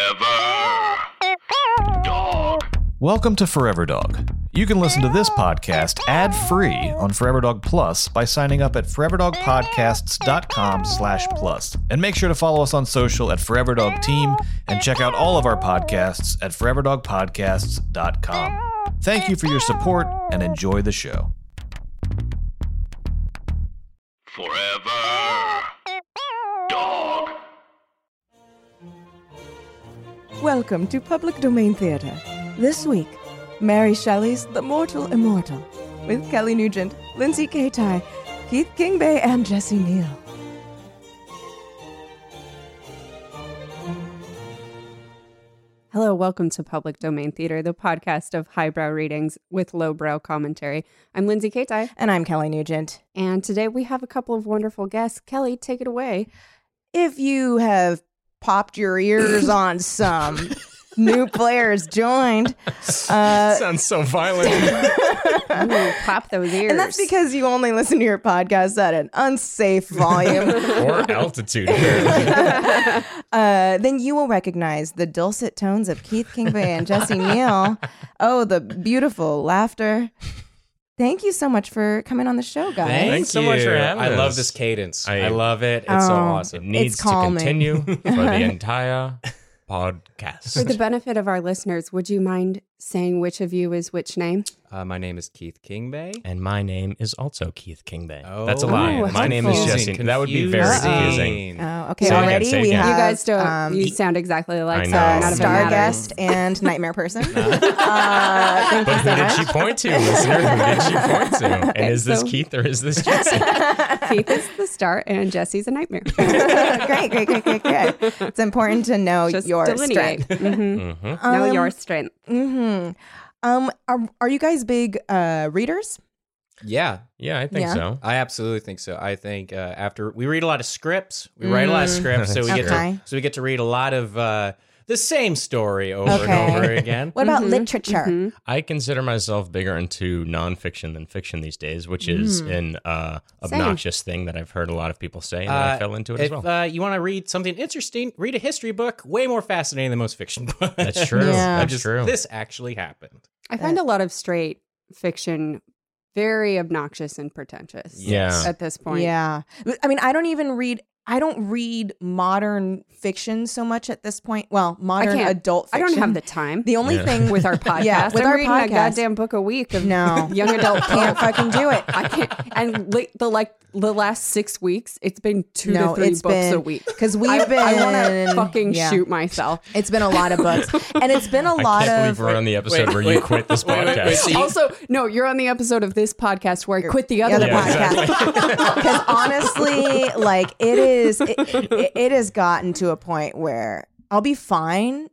Forever. Dog. Welcome to Forever Dog. You can listen to this podcast ad-free on Forever Dog Plus by signing up at foreverdogpodcasts.com slash plus. And make sure to follow us on social at Forever Dog Team and check out all of our podcasts at foreverdogpodcasts.com. Thank you for your support and enjoy the show. Forever. Dog. Welcome to Public Domain Theatre. This week, Mary Shelley's The Mortal Immortal with Kelly Nugent, Lindsay Kaitai, Keith Kingbay, and Jesse Neal. Hello, welcome to Public Domain Theater, the podcast of highbrow readings with lowbrow commentary. I'm Lindsay Kaitai, And I'm Kelly Nugent. and today we have a couple of wonderful guests. Kelly, take it away. If you have popped your ears on some new players joined, uh, Sounds so violent. Ooh, pop those ears. and that's because you only listen to your podcast at an unsafe volume. or altitude. apparently. uh, then you will recognize the dulcet tones of Keith Kingbay and Jesse Neal. Oh, the beautiful laughter. Thank you so much for coming on the show, guys. Thank Thanks so much you. for having I us. love this cadence. I- I, love it. It's so Oh. awesome. It needs to calming. continue for the entire podcast. for the benefit of our listeners, would you mind saying which of you is which name? Uh, my name is Keith Kingbay. and my name is also Keith Kingbay. Oh. That's a lie. Oh, my name is helpful. Jesse. That would be very Confusing. confusing. Oh, okay. Say it again, Already say it we again. have you guys don't. um, you sound exactly alike. I so know. none of it matters. Starguest and Nightmare Person. uh, thank But you who so did much. she point to, listener? Who did she point to? And is this so- Keith or is this Jesse? Keith is the star, and Jesse's a nightmare. great, great, great, great, great. It's important to know Just Oh, your delineate. strength. Mhm. hmm know Um, your strength. hmm Um, are, are you guys big uh, readers? Yeah, Yeah, I think Yeah. so. I absolutely think so. I think uh, after we read a lot of scripts, we write a lot of Mm. scripts, so we get Okay. to so we get to read a lot of uh, the same story over Okay. and over again. What about Mhm, literature? Mhm. I consider myself bigger into nonfiction than fiction these days, which is Hmm. an uh, Same. obnoxious thing that I've heard a lot of people say, and I Uh, fell into it If as well. uh, you want to read something interesting, read a history book. Way more fascinating than most fiction books. That's true. Yeah. That's Just, true. This actually happened. I find a lot of straight fiction very obnoxious and pretentious. Yeah. At this point. Yeah. I mean, I don't even read. I don't read modern fiction so much at this point. Well, modern can't. adult I fiction. don't have the time The only Yeah. thing with our podcast. Yeah, with I'm our reading a podcast. goddamn book a week of No. young adult can't can't. fucking do it. I can't. And li- the like the last six weeks, it's been two No, to three it's books been- a week. 'cause we've I, I been- want to fucking yeah. shoot myself. It's been a lot of books, and it's been a I lot can't of. believe we're on the episode wait, where you wait, quit this wait, wait, podcast. wait, so you- Also, no, you're on the episode of this podcast where I quit the the other other Yeah, podcast. podcast because honestly like it is it, it, it has gotten to a point where i'll be fine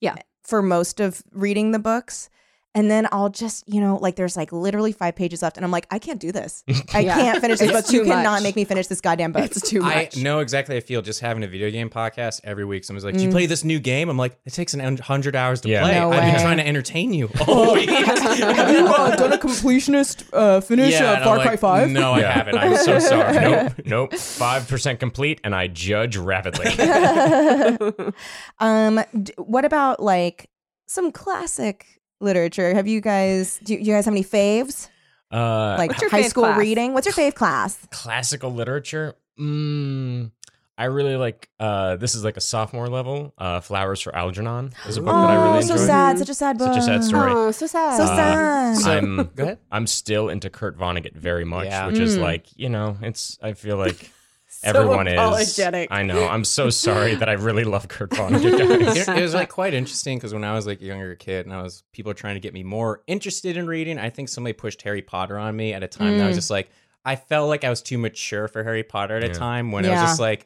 Yeah. for most of reading the books and then i'll just you know like there's like literally five pages left and i'm like i can't do this i Yeah. can't finish this It's book you too much. cannot make me finish this goddamn book It's too I much. know exactly. how I feel just having a video game podcast every week. Someone's like, "Do you play this new game?" I'm like, "It takes an hundred hours to Yeah. play. Mm. No I've way. been trying to entertain you Oh, all week." have you uh, done a completionist uh, finish Yeah, and I'm like, No, I Yeah. haven't. I'm so sorry. nope, nope. Five percent complete, and I judge rapidly. um d- what about like some classic literature have you guys do you you guys have any faves Uh, like What's your high fave school class? reading what's your fave class classical literature. Mm, I really like. Uh, this is like a sophomore level. Uh, Flowers for Algernon is a book that I Oh, really so enjoy. sad. Such a sad book. Such a sad story. Oh, so sad. So Uh, sad. so- I'm Go ahead. I'm still into Kurt Vonnegut very much, Yeah. which is Mm. like you know, it's I feel like. So Everyone apologetic. is. I know. I'm so sorry that I really love Kurt Vonnegut. guys. it, it was like quite interesting because when I was like a younger kid and I was people were trying to get me more interested in reading, I think somebody pushed Harry Potter on me at a time that I Mm. was just like I felt like I was too mature for Harry Potter at a Yeah. time when I Yeah. was just like,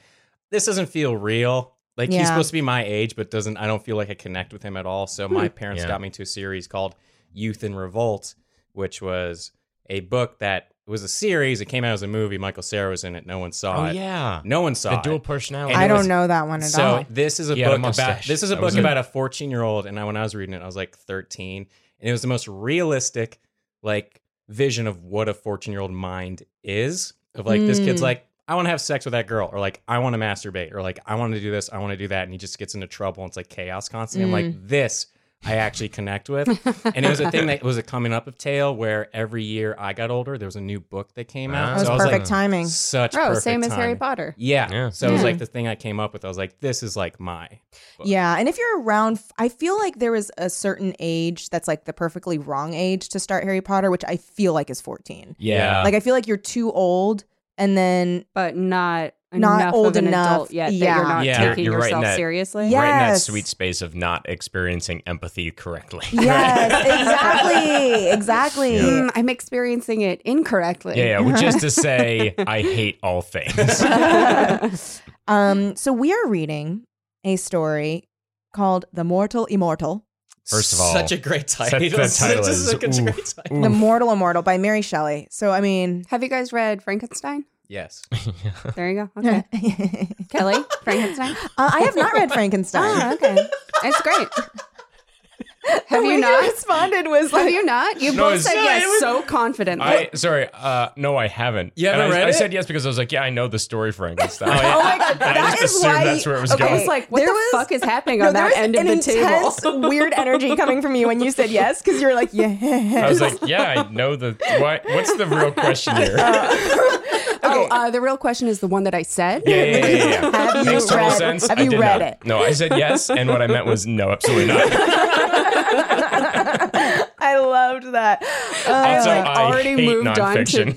this doesn't feel real. Like Yeah. he's supposed to be my age, but doesn't I don't feel like I connect with him at all. So Hmm. my parents Yeah. got me to a series called Youth in Revolt, which was a book that was a series. It came out as a movie. Michael Cera was in it. No one saw Oh it. yeah, No one the saw it. dual personality. and I it don't was- know that one at all. So this is a He had a book about mustache. this is a That book was it. about a 14 year old, and I, when I was reading it, I was like 13, and it was the most realistic like vision of what a 14 year old mind is. Of like this kid's Mm. like, I want to have sex with that girl, or like, I want to masturbate, or like, I want to do this, I want to do that. And he just gets into trouble. And it's like chaos constantly. I'm like, this I actually connect with. and it was a thing that it was a coming up of tale where every year I got older, there was a new book that came out. Wow. That was so I was perfect like, timing. such Oh, perfect same as Harry timing. Potter. Yeah. Yeah. So it was Yeah. Hmm. like the thing I came up with. I was like, this is like my. book. Yeah, and if you're around, I feel like there was a certain age that's like the perfectly wrong age to start Harry Potter, which I feel like is 14. Yeah. Like I feel like you're too old, and then But not Not enough old of an enough. adult yet that Yeah. you're not Yeah. taking You're right in yourself that- seriously. Yeah. Right in that Yes. sweet space of not experiencing empathy correctly. yes, exactly, exactly. Mm, I'm experiencing it incorrectly. Yeah, yeah, which is to say, I hate all things. um, so we are reading a story called "The Mortal Immortal." First of all, such a great such- title. that title Such is- a great oof, title. The Oof. Mortal Immortal by Mary Shelley. So, I mean, Have you guys read Frankenstein? Yes. There you go. uh, Okay. Kelly, Frankenstein. I have not read Frankenstein. Ah, okay. It's great. Have The way you not? responded was Have like, you not? You No, both it's- said Yeah, yes it was- so confidently. I sorry, uh, no, I haven't. You haven't And I, read I it? said yes because I was like, yeah, I know the story, Frankenstein. oh, "Oh my god, I that just is assumed why." that's where it was okay. I going. was like, what There the was- fuck is happening No, on there was that end of an the intense, table? weird energy coming from you when you said yes, because you were like, yeah. I was like, yeah, I know the why, what's the real question here? Uh, Oh, uh, the real question is the one that I said. yeah, yeah, yeah, yeah. Have you Makes total read- sense. have I you did read not. it? No, I said yes, and what I meant was no, absolutely not. I loved that. Uh, Also, like, I already hate moved on to- nonfiction.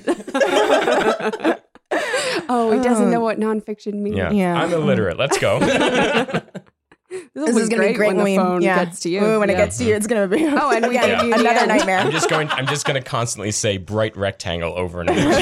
Oh, he doesn't know what nonfiction means. Yeah. Yeah. I'm illiterate. Let's go. this is be gonna be great when the we- phone yeah. gets to you. Ooh, when it Yeah. gets to you, it's gonna be Oh, and we Again, gotta do the another end. nightmare. I'm just going. I'm just going to constantly say bright rectangle over and over.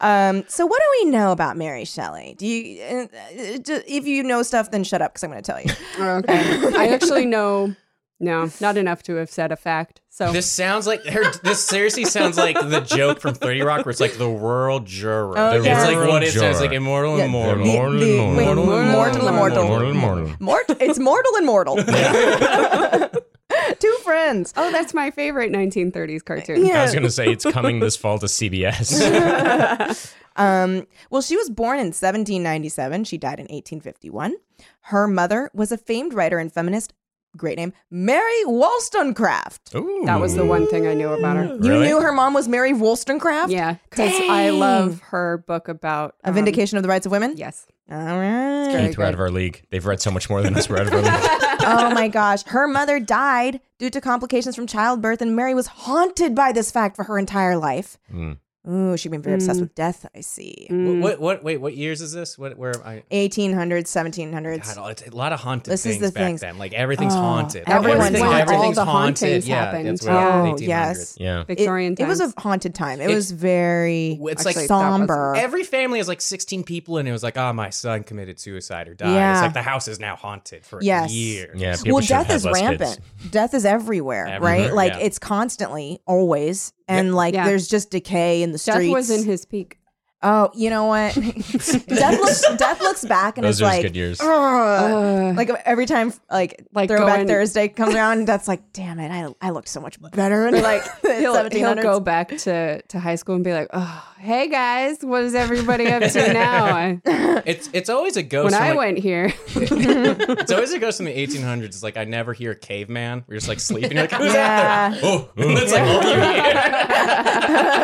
um, so what do we know about Mary Shelley? Do you, uh, uh, ju- if you know stuff, then shut up because I'm gonna tell you. Oh, Okay. I actually know. No, not enough to have said a fact. So This sounds like her, this. Seriously, sounds like the joke from Thirty Rock, where it's like the rural juror. Oh, it's yeah. like what it Rural sounds like juror. immortal, Yeah, immortal. the- Mortal, the- mortal, wait, mortal, mortal, mortal. immortal. mortal. Mort- it's mortal and mortal. Two friends. Oh, that's my favorite 1930s cartoon. Yeah. I was going to say it's coming this fall to CBS. Um, well, she was born in 1797. She died in 1851. Her mother was a famed writer and feminist, great name, Mary Wollstonecraft. Ooh. That was the one thing I knew about her. You Really? knew her mom was Mary Wollstonecraft? Yeah, because I love her book about A um, Vindication of the Rights of Women? Yes. All right. Very Keith, we're out good. of our league. They've read so much more than us. We're out of our league. oh my gosh. Her mother died due to complications from childbirth, and Mary was haunted by this fact for her entire life. Mm. Ooh, she'd been very obsessed with death, I see. What, Mm. what? What? Wait. What years is this? What? Where? am I 1800s, 1700s. God, it's a lot of haunted This is things the back things. then. Like everything's Oh, haunted. That was Everything- when all everything's the haunted. hauntings yeah, happened. That's what, Oh, yes. 1800s. Yeah. It- Mm, Victorian it, was a times. haunted time. It, It- was very It's like like somber. Every family is like 16 people, and it was like, oh, my son committed suicide or died. Yeah. It's like the house is now haunted for Yes. years. Yeah. people well, should death have had is less kids. rampant. Death is everywhere, right? Everywhere, Like yeah. it's constantly, always, and like Yeah. there's just decay in the Death streets. was in his peak. oh, you know what? death looks. Death looks back and Those is are his like, oh, good years. "Ugh." Uh, like every time, like, Like Throwback going- Thursday comes around. That's like, damn it, I I look so much better. And like he'll, he'll 1700s. go back to, to high school and be like, oh, hey guys, what is everybody up to now? I, It's it's always a when ghost. from, I like- went here, it's always a ghost from the 1800s. It's like I never hear a caveman. We're just like sleeping. You're like, who's Yeah. that there? Oh, and that's like all you hear.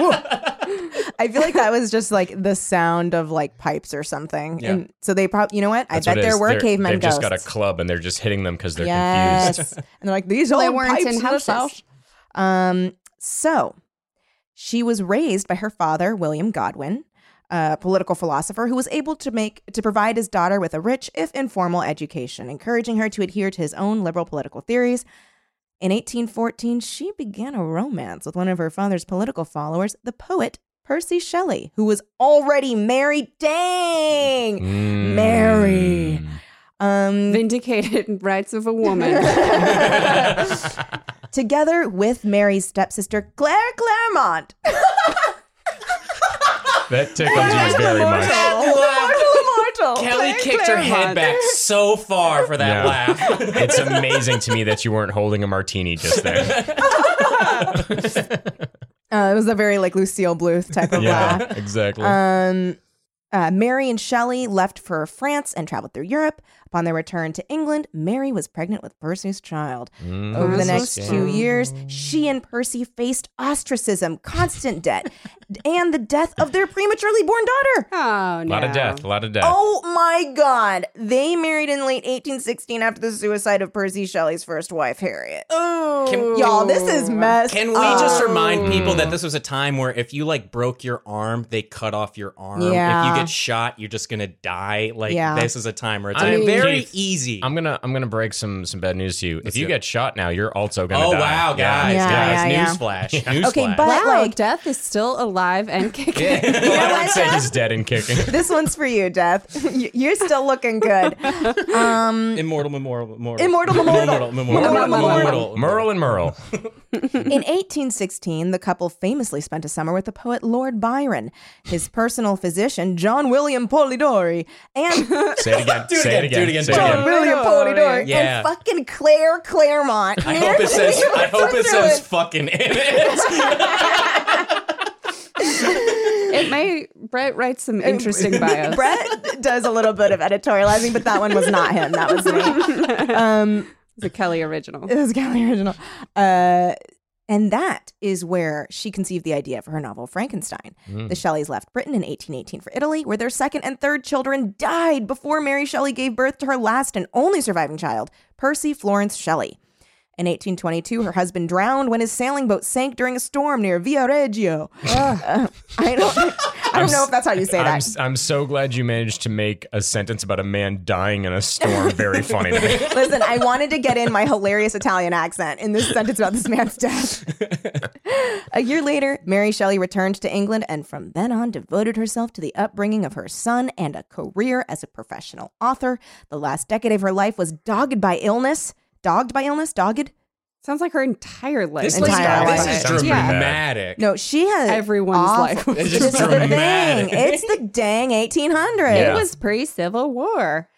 I feel like that was just like the sound of like pipes or something. Yeah. And so they probably, you know what? I That's bet what it there is. were They're- cavemen They've ghosts. just got a club and they're just hitting them because they're confused. yes. and they're like, these old they weren't pipes in in houses. this house. Um, so she was raised by her father, William Godwin, a political philosopher who was able to make to provide his daughter with a rich, if informal, education, encouraging her to adhere to his own liberal political theories. In 1814, she began a romance with one of her father's political followers, the poet Percy Shelley, who was already married. Dang! Mm. Mary. Um, vindicated rights of a woman. together with Mary's stepsister, Claire Claremont. That tickles you very much. Immortal, immortal. Oh, Kelly kicked her head back so far for that Yeah. laugh. It's amazing to me that you weren't holding a martini just there. Uh, it was a very like Lucille Bluth type of laugh. yeah, exactly. Um, uh, Mary and Shelley left for France and traveled through Europe. Upon their return to England, Mary was pregnant with Percy's child. Mm, Over the That's so next two sad. years, she and Percy faced ostracism, constant debt, and the death of their prematurely born daughter. Oh, A no. lot of death, a lot of death. Oh my God. They married in late 1816 after the suicide of Percy Shelley's first wife, Harriet. Oh. Y'all, this is messed Can we just Oh. remind people that this was a time where if you like broke your arm, they cut off your arm. If Yeah. you get shot, you're just gonna die. Like Yeah. this is a time where it's I like mean, very Keith, easy. I'm gonna I'm gonna break some some bad news to you. Let's if you do it. get shot now, you're also gonna oh die. wow, guys, Yeah, guys, yeah, newsflash, newsflash. Okay, but- Wow, like- death is still alive and kicking. Yeah. I what, would say Jeff? he's dead and kicking. This one's for you, Death. You- You're still looking good. Um, immortal, immortal, immortal, Immortal, immortal, memorial. immortal, Memorial. immortal, Merle and Merle. In 1816, the couple famously spent a summer with the poet Lord Byron, his personal physician John William Polidori, and Say it again. Do it say again, do it again, Say do it John again. William Polidori Yeah. and fucking Claire Claremont. I hope it says. I hope it says "fucking" in it. It may Brett writes some interesting bios. Brett does a little bit of editorializing, but that one was not him. That was me. Um, It's a Kelly original. It was Kelly original. Uh, and that is where she conceived the idea for her novel Frankenstein. Hmm. The Shelleys left Britain in 1818 for Italy, where their second and third children died before Mary Shelley gave birth to her last and only surviving child, Percy Florence Shelley. In 1822, her husband drowned when his sailing boat sank during a storm near Viareggio. Uh, I don't, I don't know if that's how you say I'm, that. s- I'm so glad you managed to make a sentence about a man dying in a storm very funny to me. Listen, I wanted to get in my hilarious Italian accent in this sentence about this man's death. a year later, Mary Shelley returned to England and from then on devoted herself to the upbringing of her son and a career as a professional author. The last decade of her life was dogged by illness. Dogged by illness? Dogged? Sounds like her entire life. This, Entire like, life. this is Sounds pretty bad. dramatic. No, she had Everyone's awful- life was It's This just is the thing. dramatic. It's the dang 1800s. Yeah. It was pre Civil War.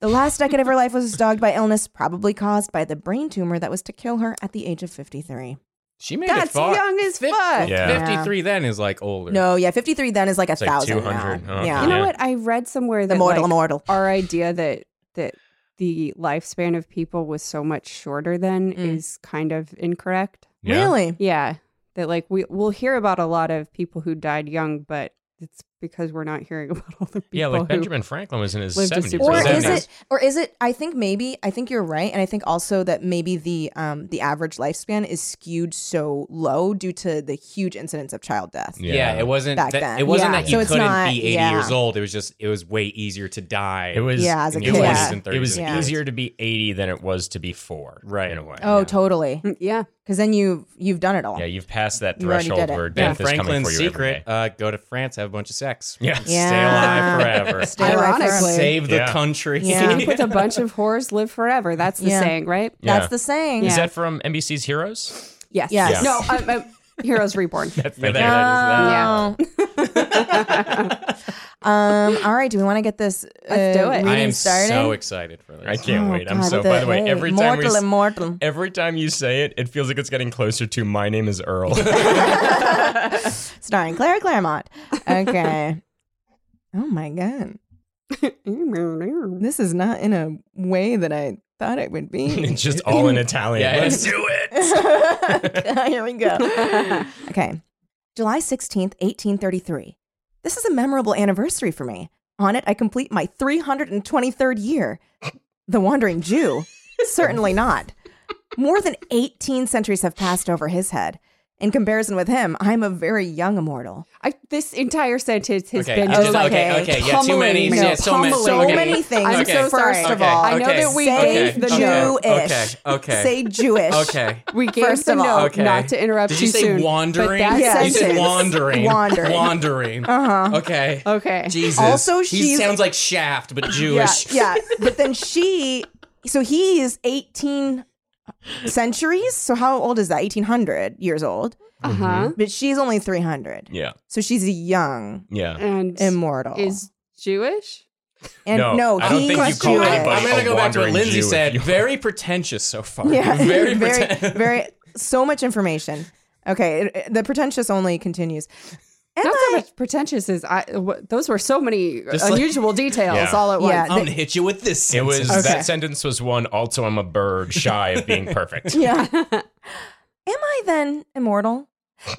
The last decade of her life was dogged by illness, probably caused by the brain tumor that was to kill her at the age of 53. She made That's it far. young as Fif- fuck. Yeah. Fifty-three then is like older. No, yeah, 53 then is like a like thousand. 200. now. Oh, okay. yeah. You know Yeah. what? I read somewhere that Immortal, like, immortal. our idea that that the lifespan of people was so much shorter then Mm. is kind of incorrect. Yeah. Really? Yeah, that like we we'll hear about a lot of people who died young, but it's because we're not hearing about all the people. Yeah, like who, Benjamin Franklin was in his lived a 70s. super Or Or right? is 70s. it? Or is it? I think maybe. I think you're right, and I think also that maybe the um the average lifespan is skewed so low due to the huge incidence of child death. Yeah. it wasn't. Back that, then. It wasn't Yeah. that So you it's couldn't not- be eighty yeah. years old. It was just. It was way easier to die. It was. Yeah, as a it kid. was- Yeah. It was Yeah. easier to be 80 than it was to be four. Right. In a way. Oh, totally. Mm, Yeah, Because then you've you've done it all. Yeah, Yeah. you've passed that You already threshold did it. where Ben death is coming for Franklin's you. secret: Every day. uh, go to France, have a bunch of sex. Yeah. Stay alive forever. Stay alive Ironically. forever. Save the Yeah. country. Yeah. Sleep with a bunch of whores, live forever. That's the Yeah. saying, right? Yeah. That's the saying. Is that from NBC's Heroes? Yes. Yes. Yeah. No. Um, um, Heroes Reborn. Yeah, there uh, Oh. Yeah. um. All right. Do we want to get this? Let's uh, do it. I reading I am started? so excited for this. it is. I can't Oh, wait. I'm God, so. By the way, hey, every time we mortal s- immortal. every time you say it, it feels like it's getting closer to my name is Earl. starring Claire Claremont. Okay. oh my god. This is not in a way that I thought it would be. it's just all in Italian. Yeah, Let's it's- do it. Here we go. Okay. July 16th, 1833. This is a memorable anniversary for me. On it, I complete my 323rd year. The Wandering Jew? Certainly not. More than 18 centuries have passed over his head. In comparison with him, I'm a very young immortal. I, this entire sentence has Okay, been Oh, just- just like okay, okay, yeah, too pummeling many- me, yeah, so many- so pummeling me. many things. I'm Okay. so First sorry. of all, I know that we say gave the okay, note. Jewish. Okay. Okay. Say Jewish. okay. We gave First the of all- note Okay. not to interrupt Did you you say soon, but wandering? that Yeah. You said sentence- wandering. Wandering. Wandering. Uh huh. Okay. Okay. Jesus. Also, he she's- sounds like Shaft, but Oh, Jewish. Yeah, yeah. But then she, so he is 18 centuries. So how old is that? 1800 years old. Uh huh. But she's only 300. Yeah. So she's a young Mm-hmm. Yeah. And immortal. is Jewish. and no, I don't he think you was call Jewish. I'm anybody going to a go back to what wandering Lindsay Jew if said. you- Very pretentious so far. Yeah, Very, very, pretentious. very, so much information. Okay, it- it- the pretentious only continues. Am Not so I- much pretentious as I. w- Those were so many Just like- unusual details Yeah. all at once. Yeah, gonna hit you with this. It was Okay. that sentence was one. Also, I'm a bird shy of being perfect. Yeah. Am I then immortal?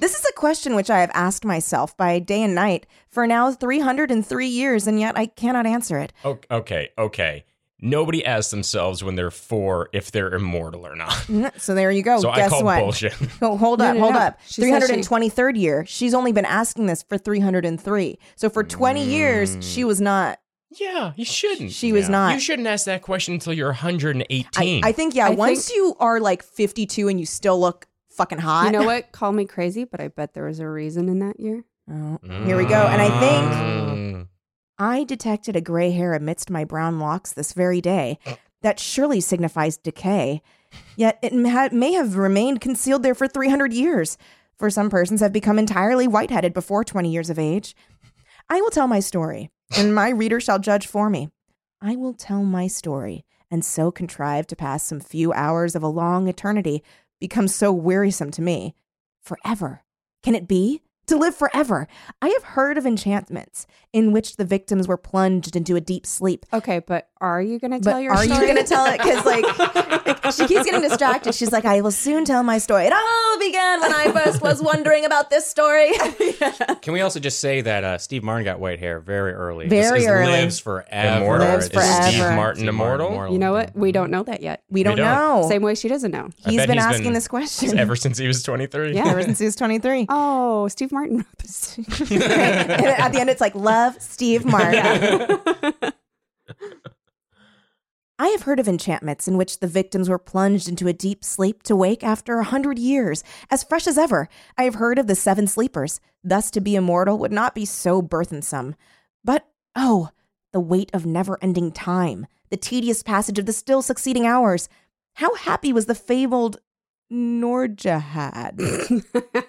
This is a question which I have asked myself by day and night for now 303 years, and yet I cannot answer it. O- okay, okay. Nobody asks themselves when they're four if they're immortal or not. Mm, So there you go. so I Guess call what? bullshit. Oh, hold No, up, no, hold no. up. She Three said she- hundred and twenty third year. She's only been asking this for three hundred and three. So for twenty years, Mm. she was not. yeah, you shouldn't. She was Yeah. not. you shouldn't ask that question until you're 118. I, I think yeah. I once think- you are like fifty two and you still look fucking hot. You know what? Call me crazy, but I bet there was a reason in that year. Oh, here we go. And I think Mm. I detected a gray hair amidst my brown locks this very day. That surely signifies decay. Yet it ma- may have remained concealed there for 300 years. For some persons have become entirely white-headed before 20 years of age. I will tell my story, and my reader shall judge for me. I will tell my story, and so contrive to pass some few hours of a long eternity becomes so wearisome to me. Forever. Can it be? To live forever. I have heard of enchantments in which the victims were plunged into a deep sleep. Okay, but are you going to But tell your are story? you going to tell it? Because like she keeps getting distracted. She's like, "I will soon tell my story." It all began when I first was wondering about this story. Can we also just say that uh, Steve Martin got white hair very early? Very This is- early. Lives forever. Immortal. Lives This is forever. Steve Martin immortal? You know what? We don't know that yet. we don't, don't. know. Same way she doesn't know. I he's bet been he's asking been- this question Ever since he was 23. Yeah. ever since he was twenty three. Oh, Steve Martin wrote this. And at the end, it's like, love Steve Martin. I have heard of enchantments in which the victims were plunged into a deep sleep to wake after a hundred years, as fresh as ever. I have heard of the seven sleepers. Thus, to be immortal would not be so burthensome. But oh, the weight of never ending time, the tedious passage of the still succeeding hours. How happy was the fabled Norjahad.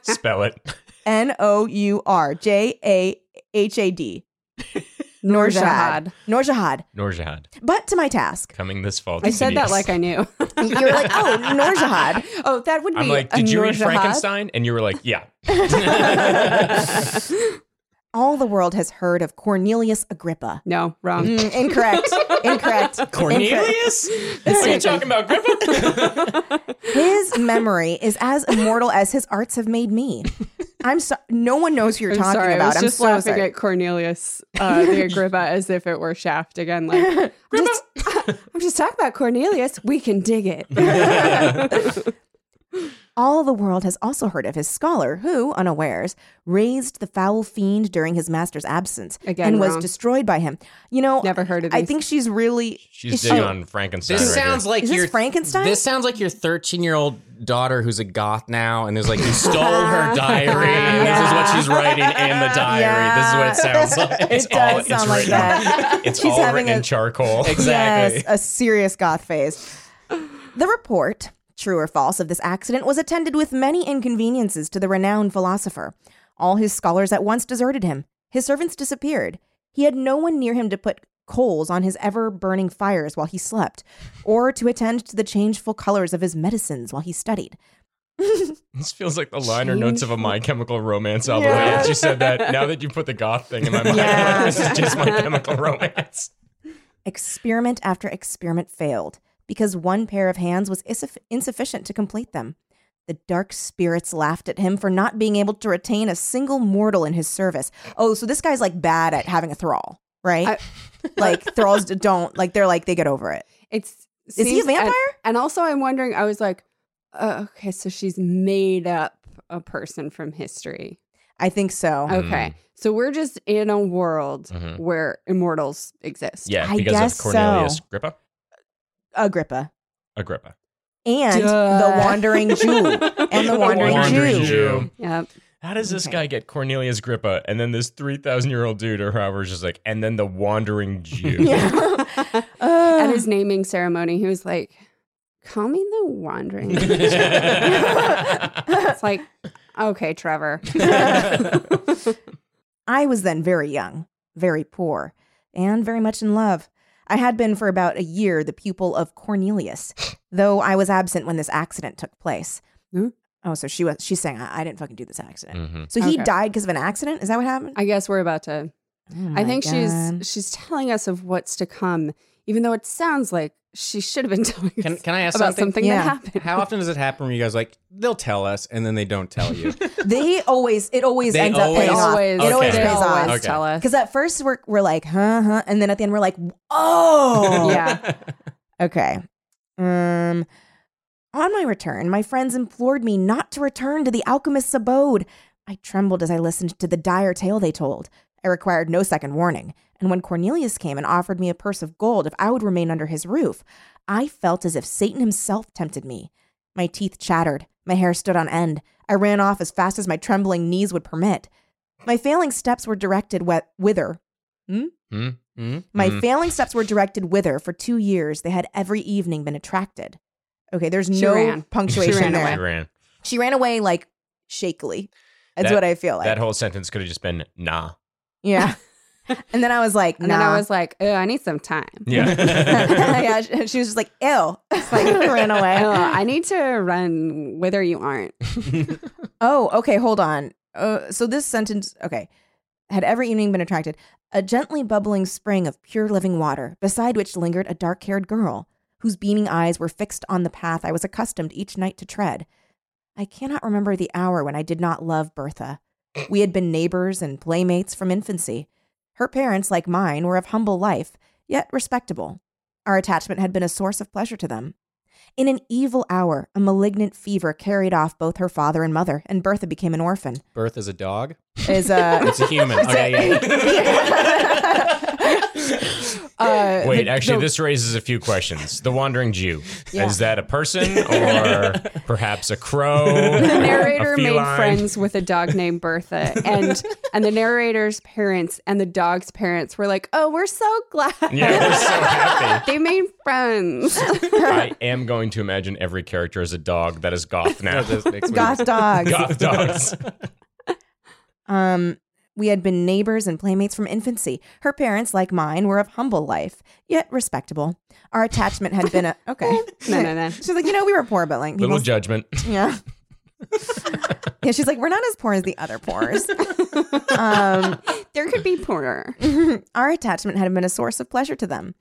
Spell it. N O U R J A H A D. Norjahad. Norjahad. Norjahad. But to my task. Coming this fall. to I said that CBS. like I knew. You're like, oh, Norjahad. Oh, that would be. I'm like, a did you read Noor Jahad? Frankenstein? And you were like, yeah. All the world has heard of Cornelius Agrippa. No, wrong. Mm, incorrect. incorrect. Incorrect. Cornelius? what are you talking about, Griffin? His memory is as immortal as his arts have made me. I'm so no one knows who you're I'm talking sorry. about. I was I'm just so laughing sorry. at Cornelius uh, the Agrippa as if it were Shaft again. Like, I'm just, I'm just talking about Cornelius. We can dig it. All the world has also heard of his scholar, who, unawares, raised the foul fiend during his master's absence Again, and was wrong. destroyed by him. You know, Never heard of I these. think she's really. She's is digging she- on Frankenstein. This right sounds like Is this your Frankenstein? This sounds like your 13 year old daughter who's a goth now, and there's like you stole her diary. and This is what she's writing in the diary. This is what it sounds like. It does it's sound like written. that. here. It's She's all having written a- in charcoal. Exactly. Yes, a serious goth phase. The report, true or false, of this accident was attended with many inconveniences to the renowned philosopher. All his scholars at once deserted him. His servants disappeared. He had no one near him to put coals on his ever burning fires while he slept, or to attend to the changeful colors of his medicines while he studied. This feels like the liner notes of a My Chemical Romance album. Yeah. You said that. Now that you put the goth thing in my mind, I'm like, this is just My Chemical Romance. Experiment after experiment failed because one pair of hands was isuf- insufficient to complete them. The dark spirits laughed at him for not being able to retain a single mortal in his service. Oh, so this guy's like bad at having a thrall, right? like thralls d- don't like they're like they get over it. It's he a seems- and- vampire? And, also, I'm wondering. I was like, uh, okay, so she's made up a person from history. I think so. Mm-hmm. Okay, so we're just in a world Mhm. where immortals exist. Yeah, I because guess of Cornelius so. Agrippa. Agrippa Agrippa. and Duh. the wandering Jew and the The wandering, Wandering Jew. Jew. Yep. How does this Okay. guy get Cornelius Agrippa and then this 3,000 year old dude or however is just like, and then the wandering Jew? Yeah. At Uh, his naming ceremony, he was like, "Call me the Wandering." Jew." it's like, okay, Trevor. I was then very young, very poor, and very much in love. I had been for about a year the pupil of Cornelius, though I was absent when this accident took place. Hmm? Oh, so she was she's saying I, I didn't fucking do this accident. Mm-hmm. So he Mm. Okay. died because of an accident. Is that what happened? I guess we're about to. Oh I my think God. she's she's telling us of what's to come, even though it sounds like she should have been telling us Can, can I ask about something? something, Yeah. that happened. How often does it happen where you guys like they'll tell us and then they don't tell you? they always it always They ends always- up They paying always, off. It always okay. they pays always off. Okay. tell us. Because at first we're we're like huh huh, and then at the end we're like oh Yeah. okay. Um, on my return, my friends implored me not to return to the alchemist's abode. I trembled as I listened to the dire tale they told. I required no second warning, and when Cornelius came and offered me a purse of gold if I would remain under his roof, I felt as if Satan himself tempted me. My teeth chattered, my hair stood on end. I ran off as fast as my trembling knees would permit. My failing steps were directed whe- whither Mm-hmm. my failing steps were directed whither for two years they had every evening been attracted. Okay, there's She no ran. punctuation She ran there. away. ran. She ran away like shakily. That's That- what I feel like. That whole sentence could have just been nah. yeah. and then I was like, And nah. then I was like, oh, I need some time. Yeah. yeah, she, she was just like, ew. It's like ran away. Oh, I need to run whether you aren't. Oh, okay, hold on. Uh, so this sentence, okay, had every evening been attracted. A gently bubbling spring of pure living water, beside which lingered a dark haired girl, whose beaming eyes were fixed on the path I was accustomed each night to tread. I cannot remember the hour when I did not love Bertha. We had been neighbors and playmates from infancy. Her parents, like mine, were of humble life, yet respectable. Our attachment had been a source of pleasure to them. In an evil hour, a malignant fever carried off both her father and mother, and Bertha became an orphan. Birth as a dog? Is uh, It's a human. Okay, Uh, Wait, the- actually, the- this raises a few questions. The Wandering Jew. Is that a person or perhaps a crow? the narrator a made feline? friends with a dog named Bertha, and and the narrator's parents and the dog's parents were like, "Oh, we're so glad Yeah, we're so happy. they made friends." I am going to imagine every character as a dog that is goth now. goth dogs. goth dogs. Um, we had been neighbors and playmates from infancy. Her parents, like mine, were of humble life, yet respectable. Our attachment had been a okay. No, no, no. She's like, you know, we were poor, but like, Little people, judgment. yeah, yeah. She's like, we're not as poor as the other poors. um, There could be poorer. Mm-hmm. our attachment had been a source of pleasure to them.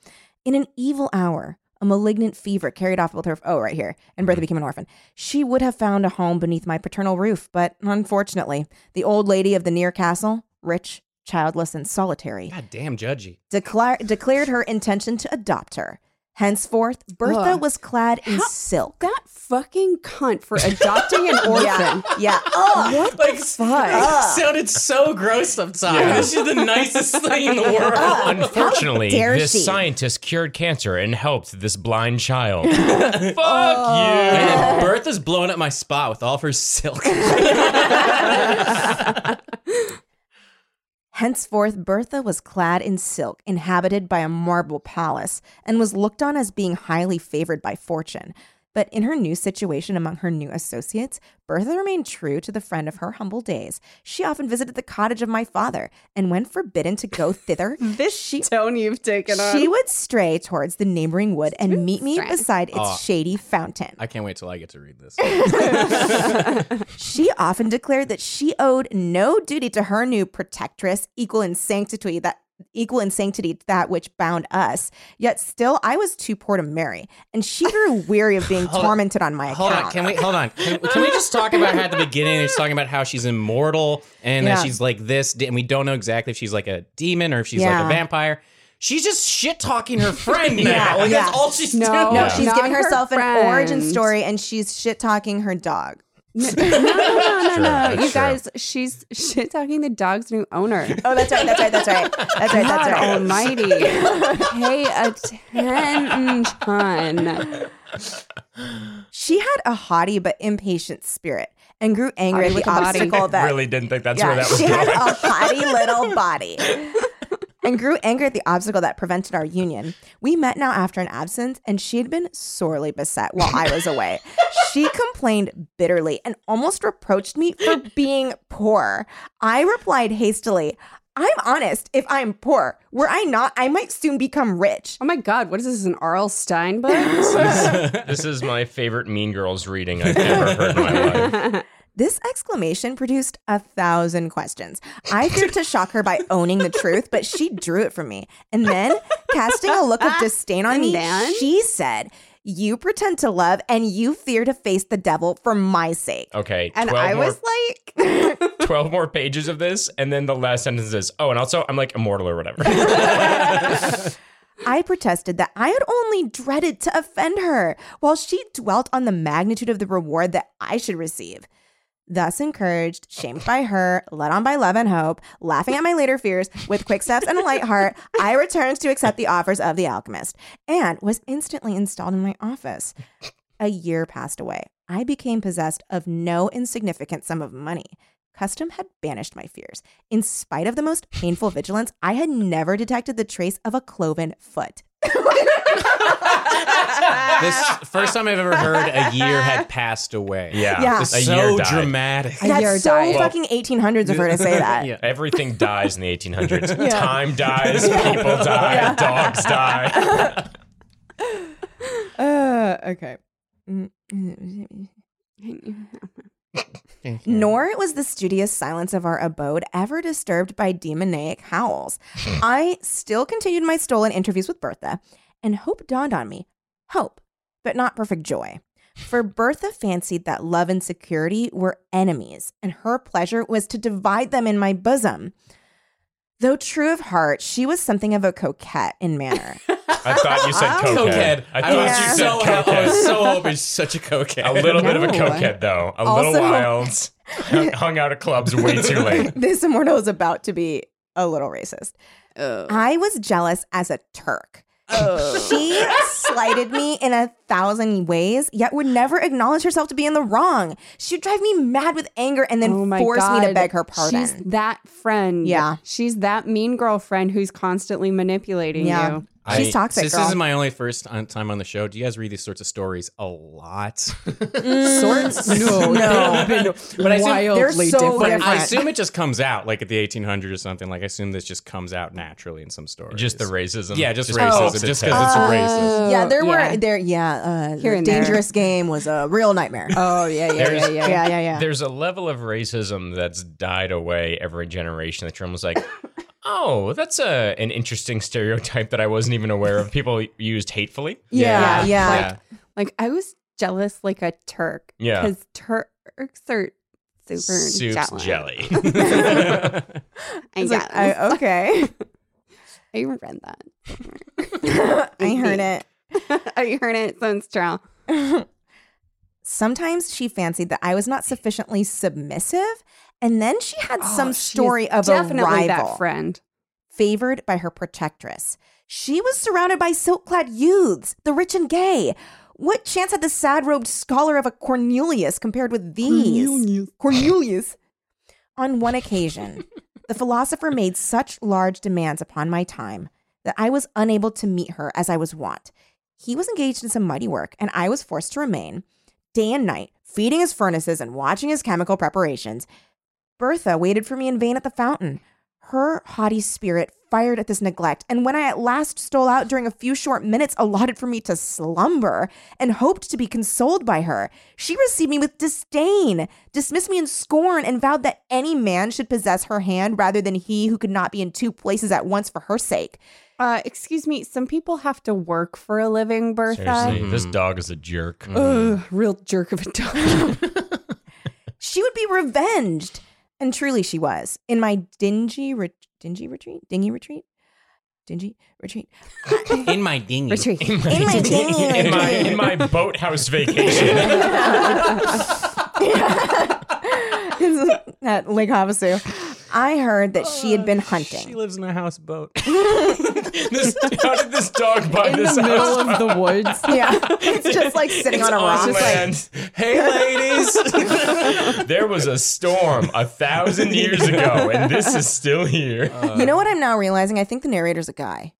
In an evil hour, a malignant fever carried off both her. Oh, right here. And Bertha became an orphan. She would have found a home beneath my paternal roof, but unfortunately, the old lady of the near castle, rich, childless, and solitary, God damn judgy. declar- declared her intention to adopt her. Henceforth, Bertha Ugh. was clad in How- silk. That fucking cunt for adopting an orphan. Yeah. Ugh. What the fuck? Ugh. sounded so gross sometimes. This is the nicest thing in the world. Uh. Unfortunately, dare this she? scientist cured cancer and helped this blind child. Fuck Oh. you. Man, Bertha's blowing up my spot with all of her silk. Henceforth, Bertha was clad in silk, inhabited by a marble palace, and was looked on as being highly favored by fortune. But in her new situation among her new associates, Bertha remained true to the friend of her humble days. She often visited the cottage of my father, and when forbidden to go thither, This tone you've taken on. she would stray towards the neighboring wood and meet me Stray. beside its Aw. shady fountain. I can't wait till I get to read this. She often declared that she owed no duty to her new protectress, equal in sanctity that equal in sanctity to that which bound us. Yet still, I was too poor to marry, and she grew weary of being Hold on. tormented on, my Hold account. on, can we hold on? Can, can we just talk about how at the beginning it's talking about how she's immortal and Yeah. that she's like this, and we don't know exactly if she's like a demon or if she's like Yeah. a vampire. She's just shit talking her friend now. Yeah, like yeah. that's all she's No. doing. no, Yeah. she's Not giving her herself an friend. origin story, and she's shit talking her dog. No, no, no, Sure, no, no. that's You true. guys, she's shit talking the dog's new owner. Oh, that's right, that's right, that's right, that's right, that's God right. almighty. Pay attention. She had a haughty but impatient spirit, and grew angry at Haughty with the a body. obstacle that Really didn't think that's yeah, where that was she had going. a haughty little body and grew angry at the obstacle that prevented our union. We met now after an absence, and she had been sorely beset while I was away. she complained bitterly and almost reproached me for being poor. I replied hastily, I'm honest. If I'm poor, were I not, I might soon become rich. Oh my God, what is this? An Arl Stein book? this is my favorite Mean Girls reading I've ever heard in my life. This exclamation produced a thousand questions. I feared to shock her by owning the truth, but she drew it from me. And then, casting a look of disdain on And me, then? she said, You pretend to love and you fear to face the devil for my sake. Okay, And 12, I more, was like, 12 more pages of this, and then the last sentence is, oh, and also I'm like immortal or whatever. I protested that I had only dreaded to offend her, while she dwelt on the magnitude of the reward that I should receive. Thus encouraged, shamed by her, led on by love and hope, laughing at my later fears, with quick steps and a light heart, I returned to accept the offers of the alchemist and was instantly installed in my office. A year passed away. I became possessed of no insignificant sum of money. Custom had banished my fears. In spite of the most painful vigilance, I had never detected the trace of a cloven foot. This first time I've ever heard a year had passed away. yeah, Yeah. This, a so year died. dramatic. A year That's so died. fucking 1800s of her to say that. Yeah. Everything dies in the 1800s. Time dies, people die, dogs die. Uh, okay. Mm, Nor was the studious silence of our abode ever disturbed by demoniac howls. I still continued my stolen interviews with Bertha, and hope dawned on me. Hope, but not perfect joy. For Bertha fancied that love and security were enemies, and her pleasure was to divide them in my bosom. Though true of heart, she was something of a coquette in manner. I thought you said cokehead. Cokehead. I thought Oh. Yeah. you said so hope. I cokehead. was so hoping such a cokehead. A little bit of a No. cokehead, though. A Also- little wild. Hung out at clubs way too late. this immortal is about to be a little racist. Oh. I was jealous as a Turk. She slighted me in a thousand ways, yet would never acknowledge herself to be in the wrong. She would drive me mad with anger and then oh my force God. me to beg her pardon. She's that friend. Yeah. She's that mean girlfriend who's constantly manipulating Yeah. you. She's toxic, This girl. isn't my only first on- time on the show. Do you guys read these sorts of stories a lot? Sorts? No. no, but I assume, They're so but different. I assume it just comes out like at the 1800s or something. Like I assume this just comes out naturally in some stories. Just the racism. yeah, just, pops racism, its just because head. it's Uh, racist. yeah, there yeah. were there. Yeah, uh, Here the and there. dangerous game was a real nightmare. Oh, yeah, yeah, yeah, There's- yeah. yeah, yeah, yeah. There's a level of racism that's died away every generation that you're almost like, oh, that's a an interesting stereotype that I wasn't even aware of. People used hatefully. yeah, yeah. Like, I was jealous like a Turk. Yeah. Because Turks are super Soup's jealous. jelly. I, It's like, I, I- oh. okay, read that. I heard it. I heard it since trial. Sometimes she fancied that I was not sufficiently submissive, and then she had Oh, some story of a Definitely rival. that friend. favored by her protectress. She was surrounded by silk clad youths, the rich and gay. What chance had the sad robed scholar of a Cornelius compared with these? Cornelius. On one occasion, the philosopher made such large demands upon my time that I was unable to meet her as I was wont. He was engaged in some mighty work, and I was forced to remain day and night, feeding his furnaces and watching his chemical preparations. Bertha waited for me in vain at the fountain. Her haughty spirit fired at this neglect, and when I at last stole out during a few short minutes allotted for me to slumber and hoped to be consoled by her, she received me with disdain, dismissed me in scorn, and vowed that any man should possess her hand rather than he who could not be in two places at once for her sake. Uh, excuse me. Some people have to work for a living, Bertha. Seriously, this dog is a jerk. Ugh, real jerk of a dog. She would be revenged. And truly she was. In my dingy, re- dingy retreat? Dingy retreat? Dingy retreat? Uh, In my dinghy. Retreat. In my dingy in my retreat. in my Mm-hmm. boathouse vacation. at Lake Havasu, I heard that Uh, she had been hunting. She lives in a houseboat. this, how did this dog buy In this the house? middle of the woods. yeah, it's just like sitting on a rock. It's like, land. hey, ladies. there was a storm a thousand years ago, and this is still here. you know what I'm now realizing? I think the narrator's a guy.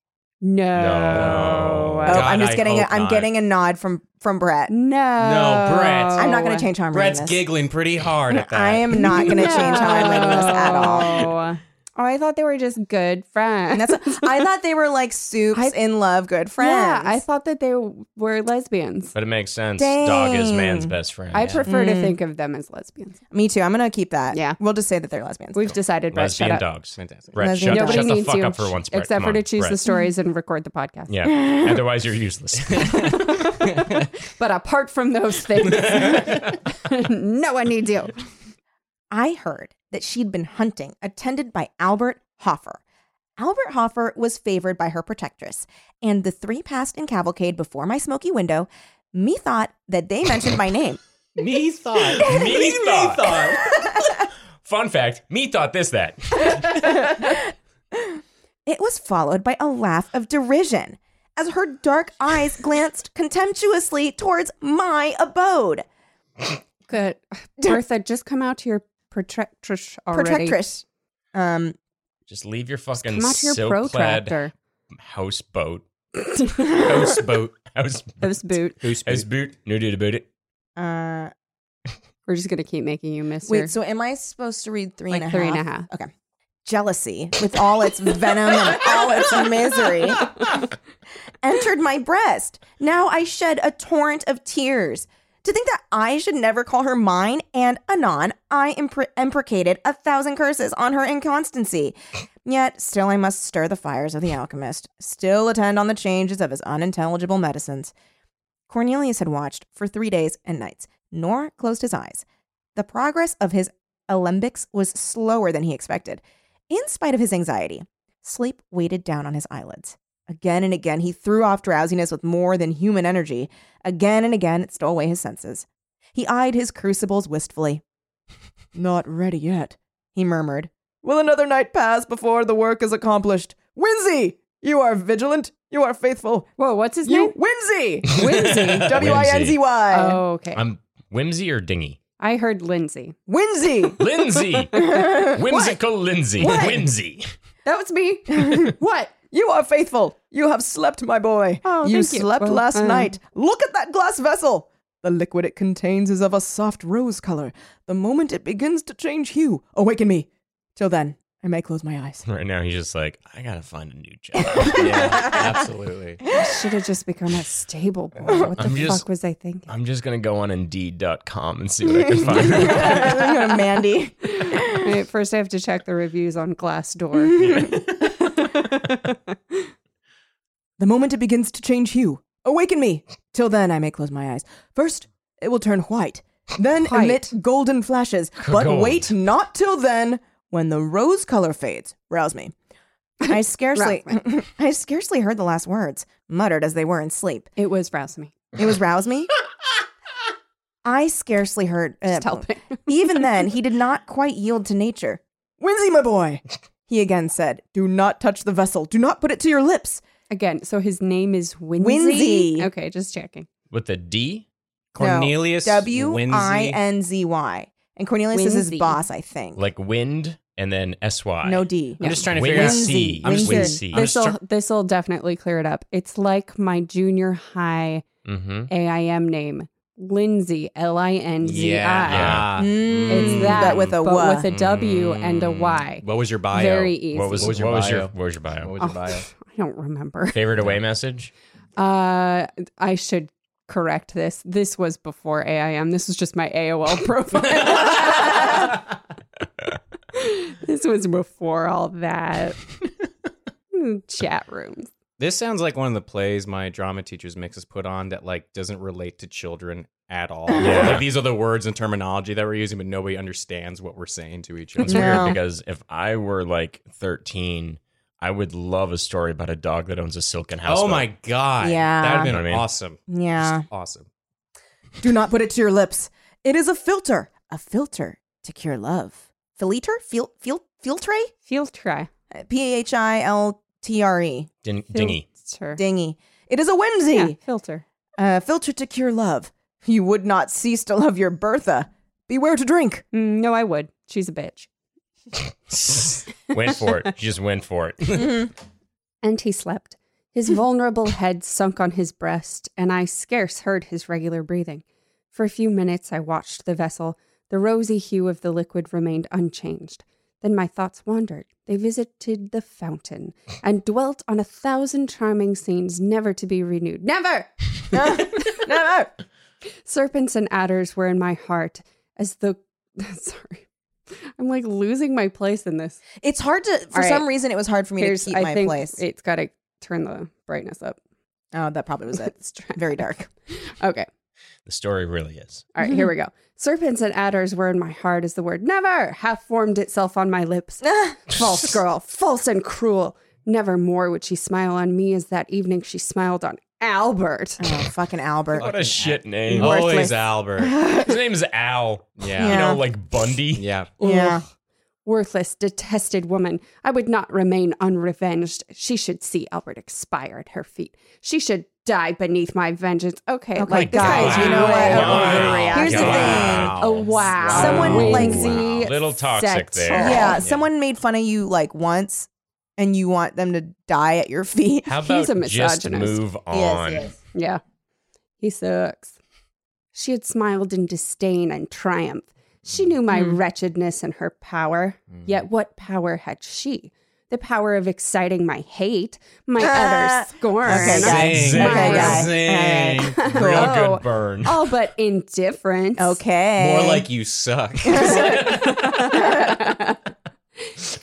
No. Oh, God, I'm just I getting. A, hope I'm not. getting a nod from from Brett. No. No, Brett. I'm not going to change how I'm Brett's reading this. giggling pretty hard at that. I am not going to change how I'm reading this at all. No. Oh, I thought they were just good And friends. that's I thought they were like soups I- in love, good friends. Yeah, I thought that they were lesbians. But it makes sense. Dog is man's Dang. best friend. I Yeah. prefer to Mm. think of them as lesbians. Me too. I'm gonna keep that. Yeah. we'll just say that they're lesbians. We've decided, Brett, shut lesbian up. dogs. Fantastic. Brett, Lesbian shut, dogs. shut the Nobody fuck needs up for you, once, Brett. except Come for to on, choose Brett. the stories and record the podcast. Yeah. Otherwise, you're useless. But apart from those things, no one needs you. I heard that she'd been hunting, attended by Albert Hoffer. Albert Hoffer was favored by her protectress, and the three passed in cavalcade before my smoky window. Me thought that they mentioned my name. Me thought. me thought. Fun fact: Me thought this that. It was followed by a laugh of derision as her dark eyes glanced contemptuously towards my abode. Good. Bertha, just come out to your protractress already. Protectress. Um, Just leave your fucking Come out to your silk-clad protractor. houseboat. houseboat. House. Those boot. Who's Houseboat. No dude about it. uh, We're just going to keep making you miss her. wait, so am I supposed to read three and like a half? three and a half. Okay. Jealousy, with all its venom and all its misery, entered my breast. Now I shed a torrent of tears. To think that I should never call her mine, and anon I impre- imprecated a thousand curses on her inconstancy. Yet still I must stir the fires of the alchemist, still attend on the changes of his unintelligible medicines. Cornelius had watched for three days and nights, nor closed his eyes. The progress of his alembics was slower than he expected. In spite of his anxiety, sleep weighted down on his eyelids. Again and again, he threw off drowsiness with more than human energy. Again and again, it stole away his senses. He eyed his crucibles wistfully. Not ready yet, he murmured. Will another night pass before the work is accomplished? Winsey! You are vigilant. You are faithful. Whoa, what's his name? Winsey! Whimsy. W I N Z Y. Oh, okay. I'm whimsy or dingy. I heard Lindsay. Winsey! Lindsay. Whimsical Lindsay. Whimsy. That was me. What? You are faithful. You have slept, my boy. Oh, you thank you. slept Well, last uh, night. Look at that glass vessel. The liquid it contains is of a soft rose color. The moment it begins to change hue, awaken me. Till then, I may close my eyes. Right now, he's just like, I gotta find a new job. yeah, absolutely. Should have just become a stable boy. What the I'm fuck just- was I thinking? I'm just gonna go on Indeed.com and see what I can find. I'm going to Mandy. Wait, first, I have to check the reviews on Glassdoor. The moment it begins to change hue, awaken me. Till then, I may close my eyes. First, it will turn white, then White. emit golden flashes. But Gold. wait, not till then. When the rose color fades, rouse me. I scarcely, I scarcely heard the last words, muttered as they were in sleep. it was Rouse Me. It was rouse me. I scarcely heard. uh, Just helping. even then, he did not quite yield to nature. Winsey, my boy, he again said, "Do not touch the vessel. Do not put it to your lips." Again, so his name is Winsy. Winsy. Okay, just checking. With a D? Cornelius W Winsey. I N Z Y. And Cornelius is Whimsy. his boss, I think. Like wind and then S Y. no D. I'm just trying to Winsy. figure out. Whimsy. I'm just Winsy. Winsy. I'm This just try- will this will definitely clear it up. It's like my junior high Mm-hmm. AIM name, Lindsay L I N Z I. Yeah. Mm. It's that, But with a but wa. with a W and Mm. a Y. What was your bio? Very easy. Mm. What was, What was your what was bio? your what was your bio? What was your bio? I don't remember. Favorite away message? Uh, I should correct this. This was before AIM. This was just my AOL profile. this was before all that. Hmm, Chat rooms. This sounds like one of the plays my drama teacher's mix has put on that like doesn't relate to children at all. Yeah. Like these are the words and terminology that we're using, but nobody understands what we're saying to each It's other. No. weird because if I were like 13, I would love a story about a dog that owns a silken house. Oh my god. Yeah. That would have been You know what I mean? awesome. Yeah. Just awesome. Do not put it to your lips. It is a filter. A filter to cure love. Filter? Fil- fil- filtre? Feel try. P A H I L T R E. Din- dingy. Filter. Dingy. It is a Yeah, whimsy. filter. A filter to cure love. You would not cease to love your Bertha. Beware to drink. Mm, no, I would. She's a bitch. went for it. She just went for it. And he slept. His vulnerable head sunk on his breast, and I scarce heard his regular breathing. For a few minutes I watched the vessel. The rosy hue of the liquid remained unchanged. Then my thoughts wandered. They visited the fountain and dwelt on a thousand charming scenes never to be renewed. Never! No, no. Serpents and adders were in my heart as though. Sorry. I'm like losing my place in this. It's hard to, for All right. some reason, it was hard for me Here's- to keep I my think place. It's got to turn the brightness up. oh, that probably was it. It's very dark. Okay. The story really is. All right, here we go. Serpents and adders were in my heart as the word never half formed itself on my lips. Oh, false girl, false and cruel. Never more would she smile on me as that evening she smiled on Albert. Oh, fucking Albert. What a shit name. Always Albert. His name is Al. Yeah. You Yeah. know, like Bundy. Yeah. Yeah. Ugh. Worthless, detested woman. I would not remain unrevenged. She should see Albert expire at her feet. She should die beneath my vengeance. Okay, Oh my like, guys, God. Oh you know what? Wow. Here's the Wow. thing. Oh, wow. Someone, like- Whimsy Little toxic set. there. yeah, someone made fun of you like once and you want them to die at your feet. How He's about a just misogynist. move on? Yeah. He sucks. She had smiled in disdain and triumph. She knew my Mm-hmm. wretchedness and her power. Yet what power had she? The power of exciting my hate, my Ah. utter scorn. Okay, guys. Zing, Okay, guys. zing. All right. Real Oh. good burn. All but indifference. Okay. More like you suck.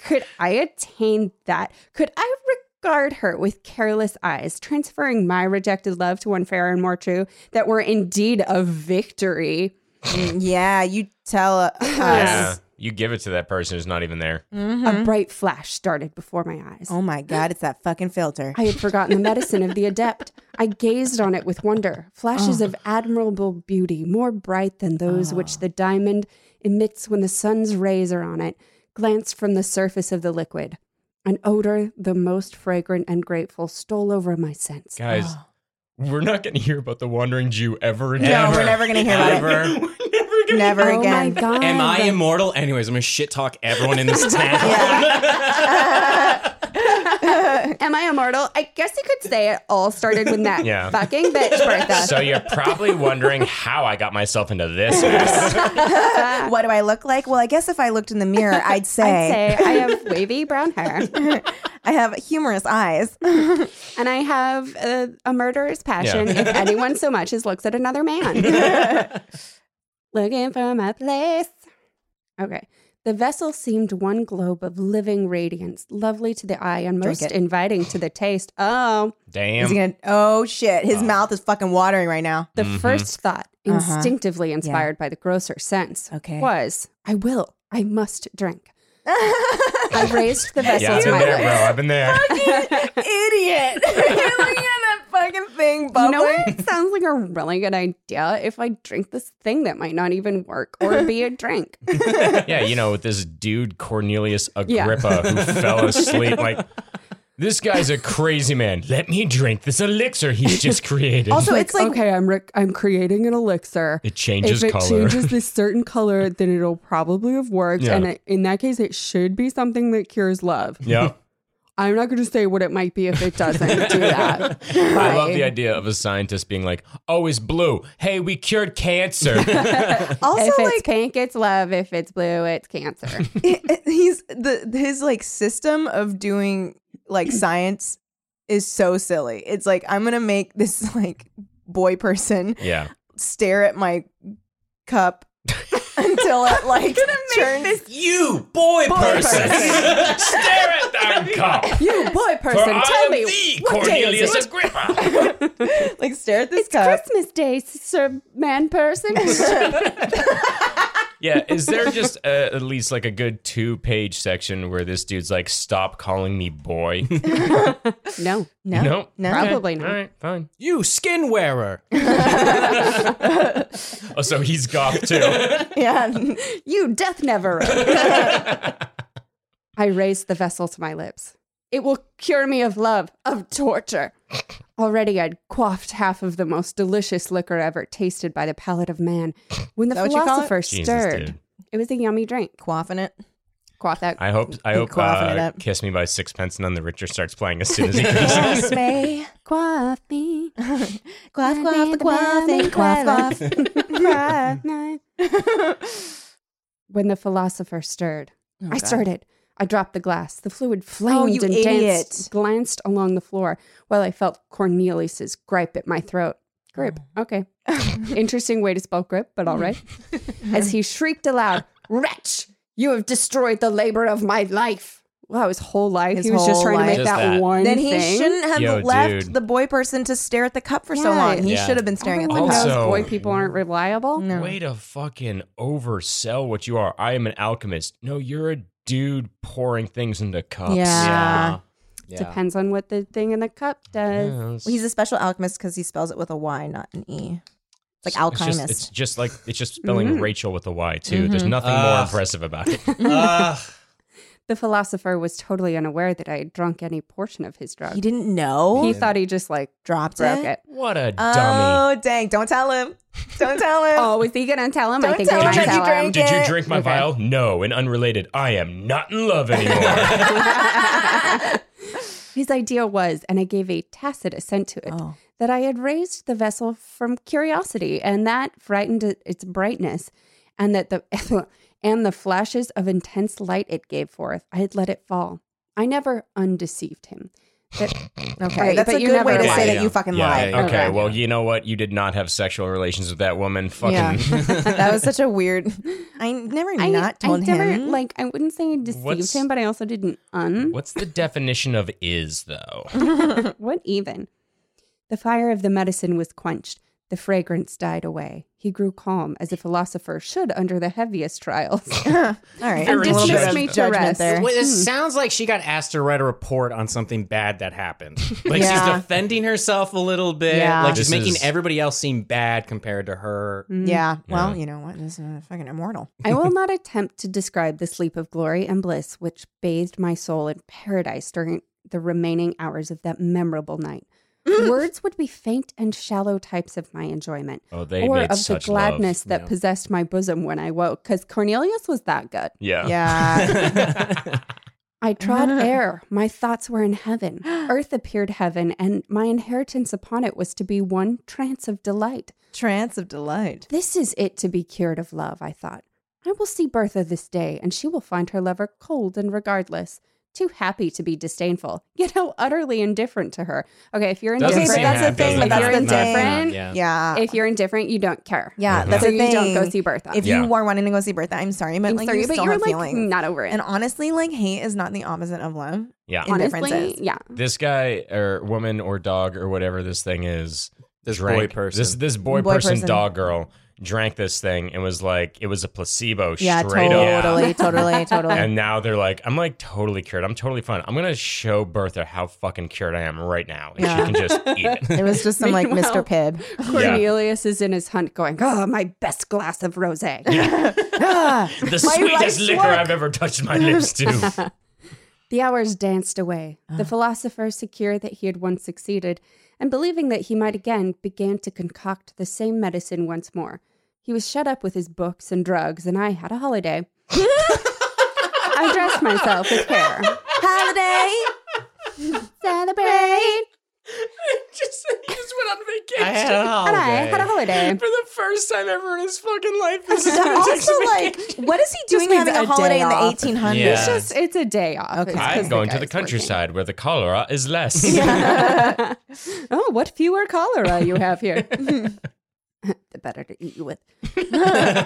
Could I attain that? Could I regard her with careless eyes, transferring my rejected love to one fairer and more true that were indeed a victory? Mm, yeah, you tell us. Mm-hmm. Yeah. You give it to that person who's not even there. A bright flash started before my eyes. Oh my God, it's that fucking filter. I had forgotten the medicine of the adept. I gazed on it with wonder. Flashes of admirable beauty, more bright than those which the diamond emits when the sun's rays are on it, glanced from the surface of the liquid. An odor, the most fragrant and grateful, stole over my sense. Guys, we're not going to hear about the Wandering Jew ever again. Oh. no, we're never going to hear about Ever. it. Never oh again. my god! Am I immortal? Anyways, I'm gonna shit talk everyone in this town. Am I immortal? I guess you could say it all started when that Yeah. fucking bitch Bertha. So you're probably wondering how I got myself into this mess. what do I look like? Well, I guess if I looked in the mirror, I'd I'd say, say I have wavy brown hair. I have humorous eyes. and I have a, a murderous passion Yeah. if anyone so much as looks at another man. Looking for my place. Okay. The vessel seemed one globe of living radiance, lovely to the eye and Drink it. most inviting to the taste. Oh, Is Damn. he gonna, oh shit, his mouth is fucking watering right now. the Mhm. first thought, Uh-huh. instinctively inspired by the grosser sense, Okay. was I will, I must drink. I raised the vessel yeah, I've to been my there, lips. bro. I've been there. Idiot. Look at that fucking thing You bubbling. know what? It sounds like a really good idea if I drink this thing that might not even work or be a drink. yeah, you know, with this dude Cornelius Yeah. Agrippa who fell asleep. Like, this guy's a crazy man. Let me drink this elixir he's just created. also, it's like, okay, I'm rec- I'm creating an elixir. it changes if it color. changes this certain color, then it'll probably have worked. Yeah. And it, in that case, it should be something that cures love. yeah. I'm not going to say what it might be if it doesn't do that. I love the idea of a scientist being like, oh, it's blue. Hey, we cured cancer. also if it's like, pink, it's love. If it's blue, it's cancer. he's the his like system of doing like science is so silly. It's like I'm gonna make this like boy person yeah. stare at my cup until it like turns you boy, person. Stare at that cup. you boy For person, I tell am me the what day is Cornelius it? Agrippa. like stare at this It's cup. Christmas Day, sir man person. yeah, is there just uh, at least like a good two page section where this dude's like, stop calling me boy? no, No, Nope. no. probably not. All right, fine. You skin wearer. Oh, so he's goth too. Yeah, You death never. I raised the vessel to my lips. It will cure me of love, of torture. Already I'd quaffed half of the most delicious liquor ever tasted by the palate of man. When the Is that what you call it? philosopher Jesus, stirred, dude. it was a yummy drink. quaffing it. Quaff that. I hope I He hope quaffing it uh, up. Kiss Me by Sixpence and then the Richter starts playing as soon as he finishes. Yes, May. Quaff me. Quaff, quaff, the quaffing, quaff, quaff. quaff. When the philosopher stirred, I started. I dropped the glass. The fluid flamed you and idiot. danced, glanced along the floor while I felt Cornelius's gripe at my throat. Grip. Okay. Interesting way to spell grip, but all right. As he shrieked aloud, Wretch, you have destroyed the labor of my life. Wow, his whole life. His he was just whole trying to make life. Just that, that. one Then he thing. shouldn't have Yo, left dude. the boy person to stare at the cup for so Yeah. long. He Yeah. should have been staring Everyone at the knows cup. Also- mm, boy people aren't reliable. No. Way to fucking oversell what you are. I am an alchemist. No, you're a dude pouring things into cups. Yeah. Yeah. Yeah. Depends on what the thing in the cup does. Yes. Well, he's a special alchemist because he spells it with a Y, not an E. It's like It's just- alchemist. Mm-hmm. It's just, like it's just spelling Mhm. Rachel with a Y too. There's nothing more Ugh. impressive about it. Mm. Ugh. The philosopher was totally unaware that I had drunk any portion of his drug. he didn't know. He He thought he just like dropped broke it. it. What a dummy! Oh dang! Don't tell him. Don't tell him. Oh, was he gonna tell him? I Don't think tell we might him that tell you him. drank Did you it. drink my Okay. vial? No. And unrelated, I am not in love anymore. His idea was, and I gave a tacit assent to it, Oh. that I had raised the vessel from curiosity, and that frightened it- its brightness, and that the and the flashes of intense light it gave forth, I had let it fall. I never undeceived him. That, Okay, Right, that's but a you good way to never say lied. that you fucking Yeah, lied. Okay, Okay. well, you know what? You did not have sexual relations with that woman. Fucking Yeah. that was such a weird. I never I, not I told never, him. Like I wouldn't say I deceived What's- him, but I also didn't un. What's the definition of is though? What even? The fire of the medicine was quenched. The fragrance died away. He grew calm, as a philosopher should under the heaviest trials. All right, And a little bit dismissed of me to judgment rest. there. Wait, it sounds like she got asked to write a report on something bad that happened. Like Yeah. she's defending herself a little bit. Yeah. Like she's This making is- everybody else seem bad compared to her. Yeah. Well, Mm. Yeah. you know what? This is uh, fucking immortal. Hmm. I will not attempt to describe the sleep of glory and bliss which bathed my soul in paradise during the remaining hours of that memorable night. Words would be faint and shallow types of my enjoyment, Oh, they or made of the such gladness love. that possessed my bosom when I woke, because Cornelius was that good. Yeah. Yeah. I trod air. My thoughts were in heaven. Earth appeared heaven, and my inheritance upon it was to be one trance of delight. Trance of delight. This is it to be cured of love, I thought. I will see Bertha this day, and she will find her lover cold and regardless, too happy to be disdainful, yet how utterly indifferent to her. Okay, if you're Doesn't indifferent, Okay, but seem that's the happy. thing. Doesn't But that's if the you're thing. indifferent, Yeah. Mm. Yeah. if you're indifferent, you don't care. yeah, that's so the you thing. don't go see Bertha. If Yeah. you are wanting to go see Bertha, I'm sorry, but I'm like sorry, you but still you're have like feelings. not over it. and honestly, like hate is not the opposite of love. Yeah. Honestly, indifference is. yeah. This guy or woman or dog or whatever this thing is This drank boy person. This this boy, Boy person, person. dog girl drank this thing and was like it was a placebo Yeah, straight up. totally, totally, totally. And now they're like, I'm like totally cured. I'm totally fine. I'm gonna show Bertha how fucking cured I am right now, and Yeah. she can just eat it. it was just some like Meanwhile- Mr. Pibb. Cornelius is in his hunt going, Oh, my best glass of rose. The My life's sweetest liquor work. I've ever touched my lips to. The hours danced away. The philosopher, secure that he had once succeeded, and believing that he might again, began to concoct the same medicine once more. He was shut up with his books and drugs, and I had a holiday. I dressed myself with hair. Holiday. Celebrate! just, just went on I vacation. had a And I had a holiday. holiday. For the first time ever in his fucking life, this is also, like, what is he doing means having a a day holiday in the off. 1800s? Yeah. It's just, it's a day off. Okay. It's 'cause I'm going to guy's the working. countryside where the cholera is less. oh, what fewer cholera you have here. the better to eat you with.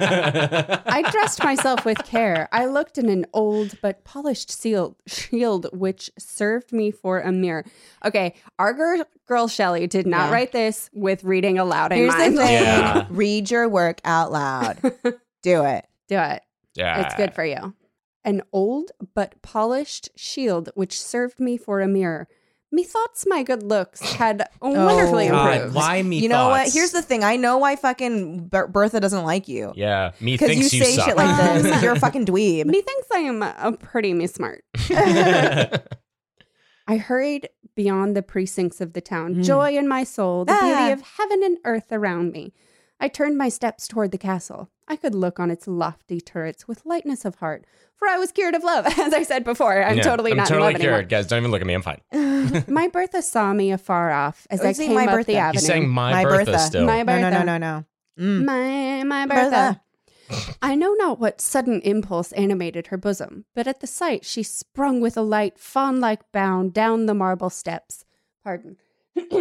I dressed myself with care. I looked in an old but polished seal, shield, which served me for a mirror. Okay, our gir- girl Shelley did not Yeah. write this with reading aloud in Here's the mind. thing Yeah. read your work out loud. Do it. Do it. Yeah. It's good for you. An old but polished shield which served me for a mirror. Methought's my good looks had wonderfully Oh, God, improved. God, why me? You know what? thoughts? Here's the thing. I know why fucking Ber- Bertha doesn't like you. Yeah. Me Because you thinks you, say suck. shit like Um, this. You're a fucking dweeb. Methinks I am a pretty me smart. I hurried beyond the precincts of the town, joy in my soul, the Mm. Ah. beauty of heaven and earth around me. I turned my steps toward the castle. I could look on its lofty turrets with lightness of heart, for I was cured of love, as I said before. I'm Yeah, totally I'm not totally in love cured, guys. Don't even look at me. I'm fine. anymore. my Bertha saw me afar off as Oh, I you say came my up Bertha. the You avenue. He's saying my, My Bertha, Bertha. still. my No, Bertha, no, no, no, no. Mm. my my Bertha. Bertha. I know not what sudden impulse animated her bosom, but at the sight she sprung with a light, fawn like bound down the marble steps. Pardon.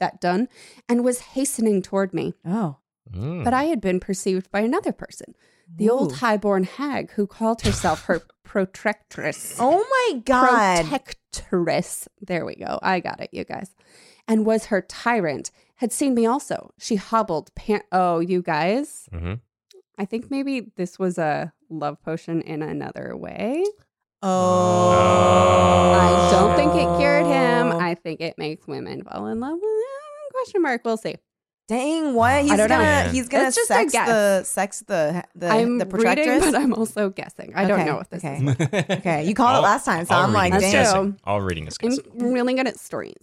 that done, and was hastening toward me. Oh. Mm. But I had been perceived by another person, the old highborn hag who called herself her protectress. Oh my God. Protectress. There we go. I got it, you guys. And was her tyrant. Had seen me also. She hobbled. Pan- oh, you guys. Mhm. I think maybe this was a love potion in another way. Uh, oh. I don't think it cured him. I think it makes women fall in love with him. Question mark. We'll see. Dang, what? He's don't know. gonna Yeah. he's gonna That's just a sex guess. the sex the the, I'm the reading, protractress. but I'm also guessing. I don't Okay, know if this okay. is. okay, you called All- it last time, so all I'm like, reading is That's damn. true. guessing. All reading is I'm guessing. really good at stories.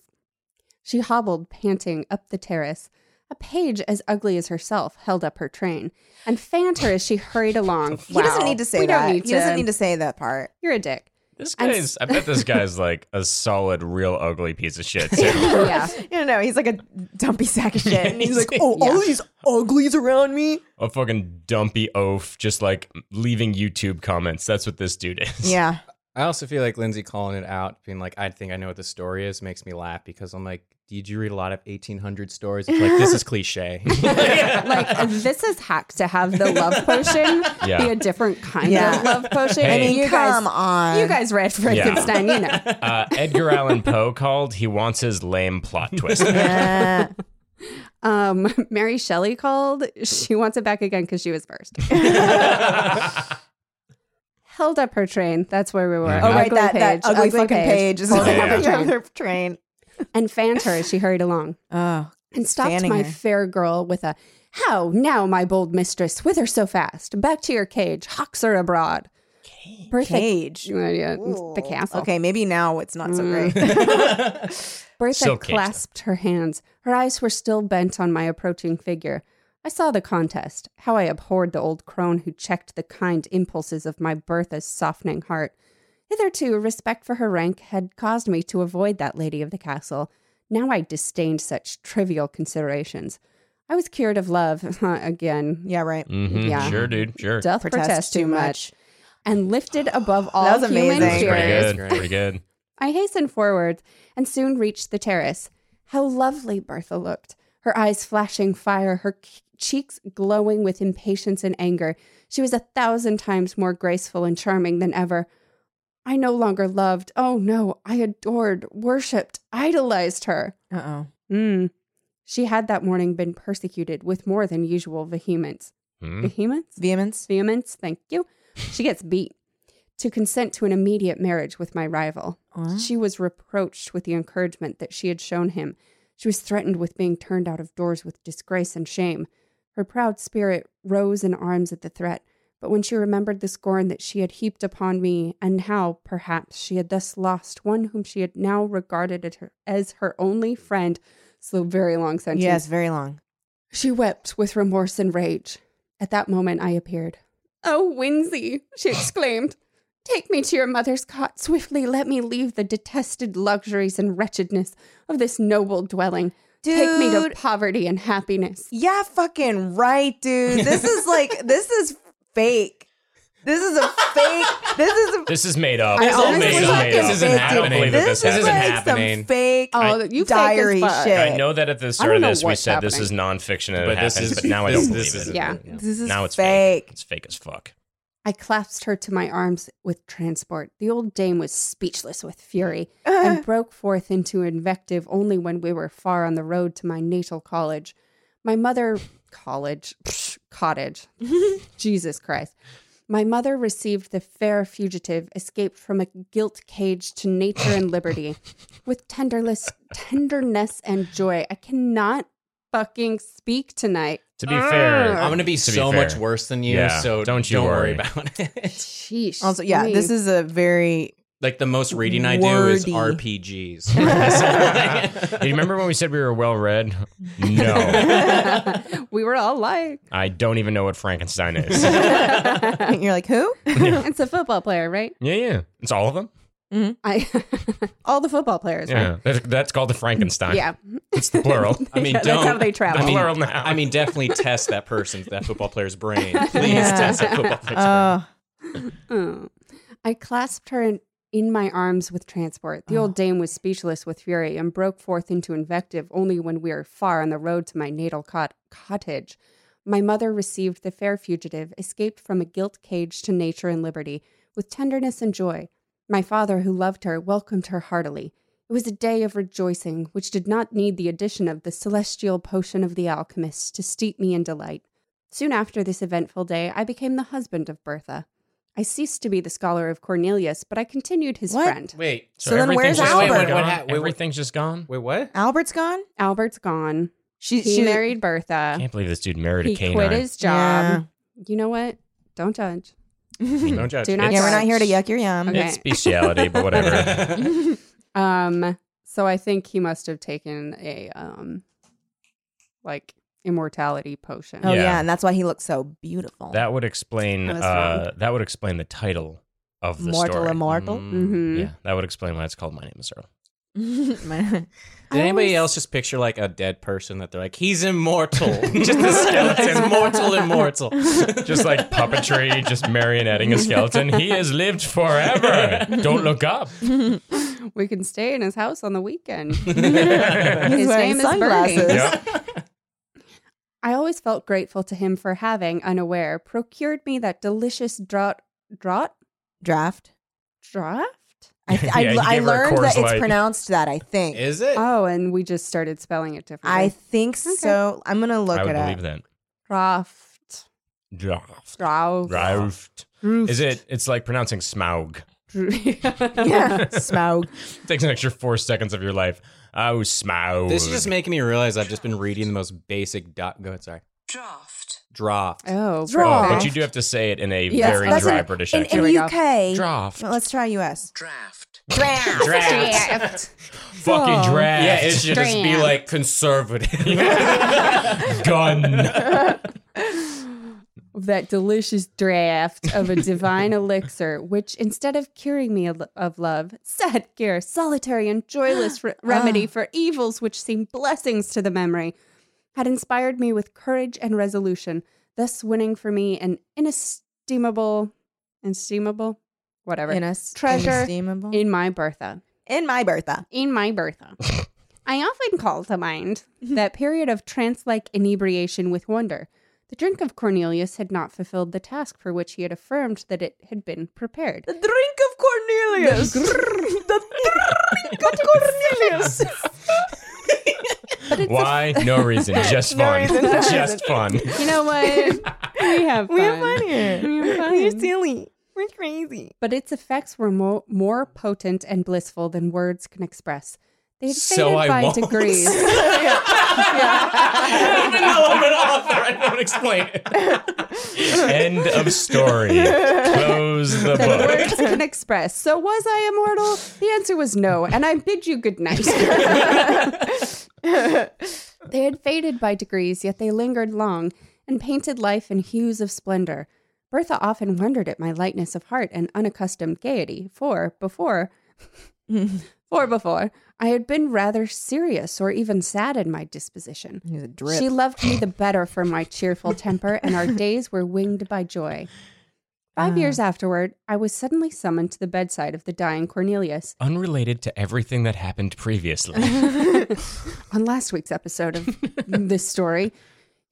She hobbled, panting, up the terrace. A page as ugly as herself held up her train and fanned her as she hurried along. He doesn't Wow. need to say we that. Don't need He to. doesn't need to say that part. You're a dick. This I'm guy's. I bet this guy's like a solid, real ugly piece of shit. Too. yeah. You know, he's like a dumpy sack of shit. and he's like, oh, Yeah. all these uglies around me. a fucking dumpy oaf, just like leaving YouTube comments. That's what this dude is. Yeah. I also feel like Lindsay calling it out, being like, I think I know what the story is, makes me laugh because I'm like, did you read a lot of 1800 stories? It's like, this is cliche. Like, this is hack to have the love potion Yeah. be a different kind Yeah. of love potion. Hey. I mean, You you guys, come on. you guys read Frankenstein, you know. Uh, Edgar Allan Poe called. He wants his lame plot twist. Yeah. Uh, Um, Mary Shelley called. She wants it back again because she was first. Held up her train. That's where we were. Mhm. oh, right, Ugly that, that page, ugly, fucking page, is Holding Yeah. up a train. another train. and fanned her as she hurried along, Oh, and stopped Fanning my her. fair girl with a "How now, my bold mistress, whither so fast? Back to your cage, hawks are abroad." Bertha, cage. Yeah, yeah, Ooh. the castle. Okay, maybe now it's not so Mm. great. Bertha Silk cage, though. clasped her hands. Her eyes were still bent on my approaching figure. I saw the contest. How I abhorred the old crone who checked the kind impulses of my Bertha's softening heart. Hitherto, respect for her rank had caused me to avoid that lady of the castle. Now I disdained such trivial considerations. I was cured of love again. yeah, right. Mhm. Yeah. Sure, dude. Sure. Doth protest, too much, and lifted above all That was human amazing. That was fears. That's pretty good. Cheers. Pretty good. I hastened forward and soon reached the terrace. How lovely Bertha looked, her eyes flashing fire, her c- cheeks glowing with impatience and anger. She was a thousand times more graceful and charming than ever. I no longer loved, oh no, I adored, worshipped, idolized her. Uh oh. Mm. She had that morning been persecuted with more than usual vehemence. Hmm. Vehemence? Vehemence. Vehemence, thank you. She gets beat to consent to an immediate marriage with my rival. She was reproached with the encouragement that she had shown him. She was threatened with being turned out of doors with disgrace and shame. Her proud spirit rose in arms at the threat, but when she remembered the scorn that she had heaped upon me, and how, perhaps, she had thus lost one whom she had now regarded at her- as her only friend, so very long sentence. Yes, very long. She wept with remorse and rage. At that moment, I appeared. Oh, Winsey, she exclaimed. Take me to your mother's cot swiftly. Let me leave the detested luxuries and wretchedness of this noble dwelling. Take me to Dude. poverty and happiness. Yeah, fucking right, dude. This is like this is fake. This is a fake. This is a This is made up. I This is all honestly made up. fucking This isn't think- fake, dude. happening. that This, this is isn't like happening. some fake Oh, you fake as diary fuck. shit. I know that at the I start don't of know this we what's said this happening. is nonfiction and But it this happened, is- but now I this- don't this believe is- it. Yeah. This is Now it's fake. fake. It's fake as fuck. I clasped her to my arms with transport. The old dame was speechless with fury and broke forth into invective only when we were far on the road to my natal college. My mother, college, psh, cottage, Jesus Christ. My mother received the fair fugitive escaped from a guilt cage to nature and liberty with tenderless tenderness and joy. I cannot fucking speak tonight. To be fair, I'm going to be To be so fair. much worse than you, Yeah. so Don't don't, you you worry. worry. about it. Sheesh. Also, yeah, this me. is a very like, the most reading I Wordy. do is RPGs. Do you remember when we said we were well read? No, we were all like I don't even know what Frankenstein is. you're like, who? It's a football player, right? Yeah, yeah. It's all of them. Mhm. I all the football players, Yeah, right? that- that's called the Frankenstein. Yeah. it's the plural. I mean, Yeah, don't. that's how they the travel. I mean- plural now. I mean, definitely test that person, that football player's brain. Please Yeah. test that football player's brain. Oh, Oh. I clasped her in, in my arms with transport. The old dame was speechless with fury and broke forth into invective only when we were far on the road to my natal cot- cottage. My mother received the fair fugitive, escaped from a gilt cage to nature and liberty, with tenderness and joy. My father, who loved her, welcomed her heartily. It was a day of rejoicing, which did not need the addition of the celestial potion of the alchemists to steep me in delight. Soon after this eventful day, I became the husband of Bertha. I ceased to be the scholar of Cornelius, but I continued his What? friend. Wait, So then where's everything's just Albert? gone? Wait, what hap- wait, everything's just gone. wait, what? Albert's gone. Albert's gone. She He she married Bertha. I can't believe this dude married he a canine. quit his job. Yeah. You know what? Don't judge. Don't judge. Do not Yeah, we're judge. not here to yuck your yum. Okay. It's bestiality, but whatever. Um, so I think he must have taken a um, like immortality potion. Oh yeah. Yeah. and that's why he looks so beautiful. that would explain. I was Uh, that would explain the title of the Mortal story. Immortal. Mm, Mm-hmm. Yeah, that would explain why it's called My Name Is Earl. Mm. My- I Did anybody always- else just picture like a dead person that they're like, he's immortal? just a skeleton, mortal, immortal. Just like puppetry, just marionetting a skeleton. He has lived forever. Don't look up. We can stay in his house on the weekend. He's His wearing name is Bernie. sunglasses. Yep. I always felt grateful to him for having, unaware, procured me that delicious draught, draught, Draft. draft. I, I, Yeah, he I gave her a learned Coors that it's Light. pronounced that. I think. Is it? Oh, and we just started spelling it differently. I think so. I'm gonna look I would it believe up. that. draft, Draft. draft, Draft. Is it? It's like pronouncing smaug. yeah. Yeah, Smaug. takes an extra four seconds of your life. Oh, smaug. This is just making me realize I've just been reading the most basic dot. Go ahead, sorry. Draft. Draft. Oh, Oh, but draft. you do have to say it in a Yes, very that's dry an- British In, accent. Here in we go. UK. draft. Let's try US. Draft. Fucking draft. Yeah, it should just be like conservative. gun. of that delicious draft of a divine elixir, which instead of curing me al- of love, sad cure, solitary and joyless re- remedy for evils which seem blessings to the memory, had inspired me with courage and resolution, thus winning for me an inestimable, inestimable, whatever, In us. Treasure. Inestimable. in my Bertha in my Bertha. in my Bertha. I often call to mind that period of trance like inebriation with wonder. The drink of Cornelius had not fulfilled the task for which he had affirmed that it had been prepared. The drink of Cornelius. the drink of Cornelius. Why? No reason. Just No fun. reason, no Just fun. You know what? we have fun. we have fun here. We have fun. We're silly. We're crazy. But its effects were mo- more potent and blissful than words can express. They had faded So I by won't. degrees. Even though I'm an author, I don't explain it. End of story. Close the than book. words can express. So was I immortal? The answer was no, and I bid you good night. they had faded by degrees, yet they lingered long and painted life in hues of splendor. Bertha often wondered at my lightness of heart and unaccustomed gaiety, for before for before I had been rather serious or even sad in my disposition. He's a drip. She loved me the better for my cheerful temper, and our days were winged by joy. Five years afterward, I was suddenly summoned to the bedside of the dying Cornelius Unrelated to everything that happened previously. on last week's episode of this story.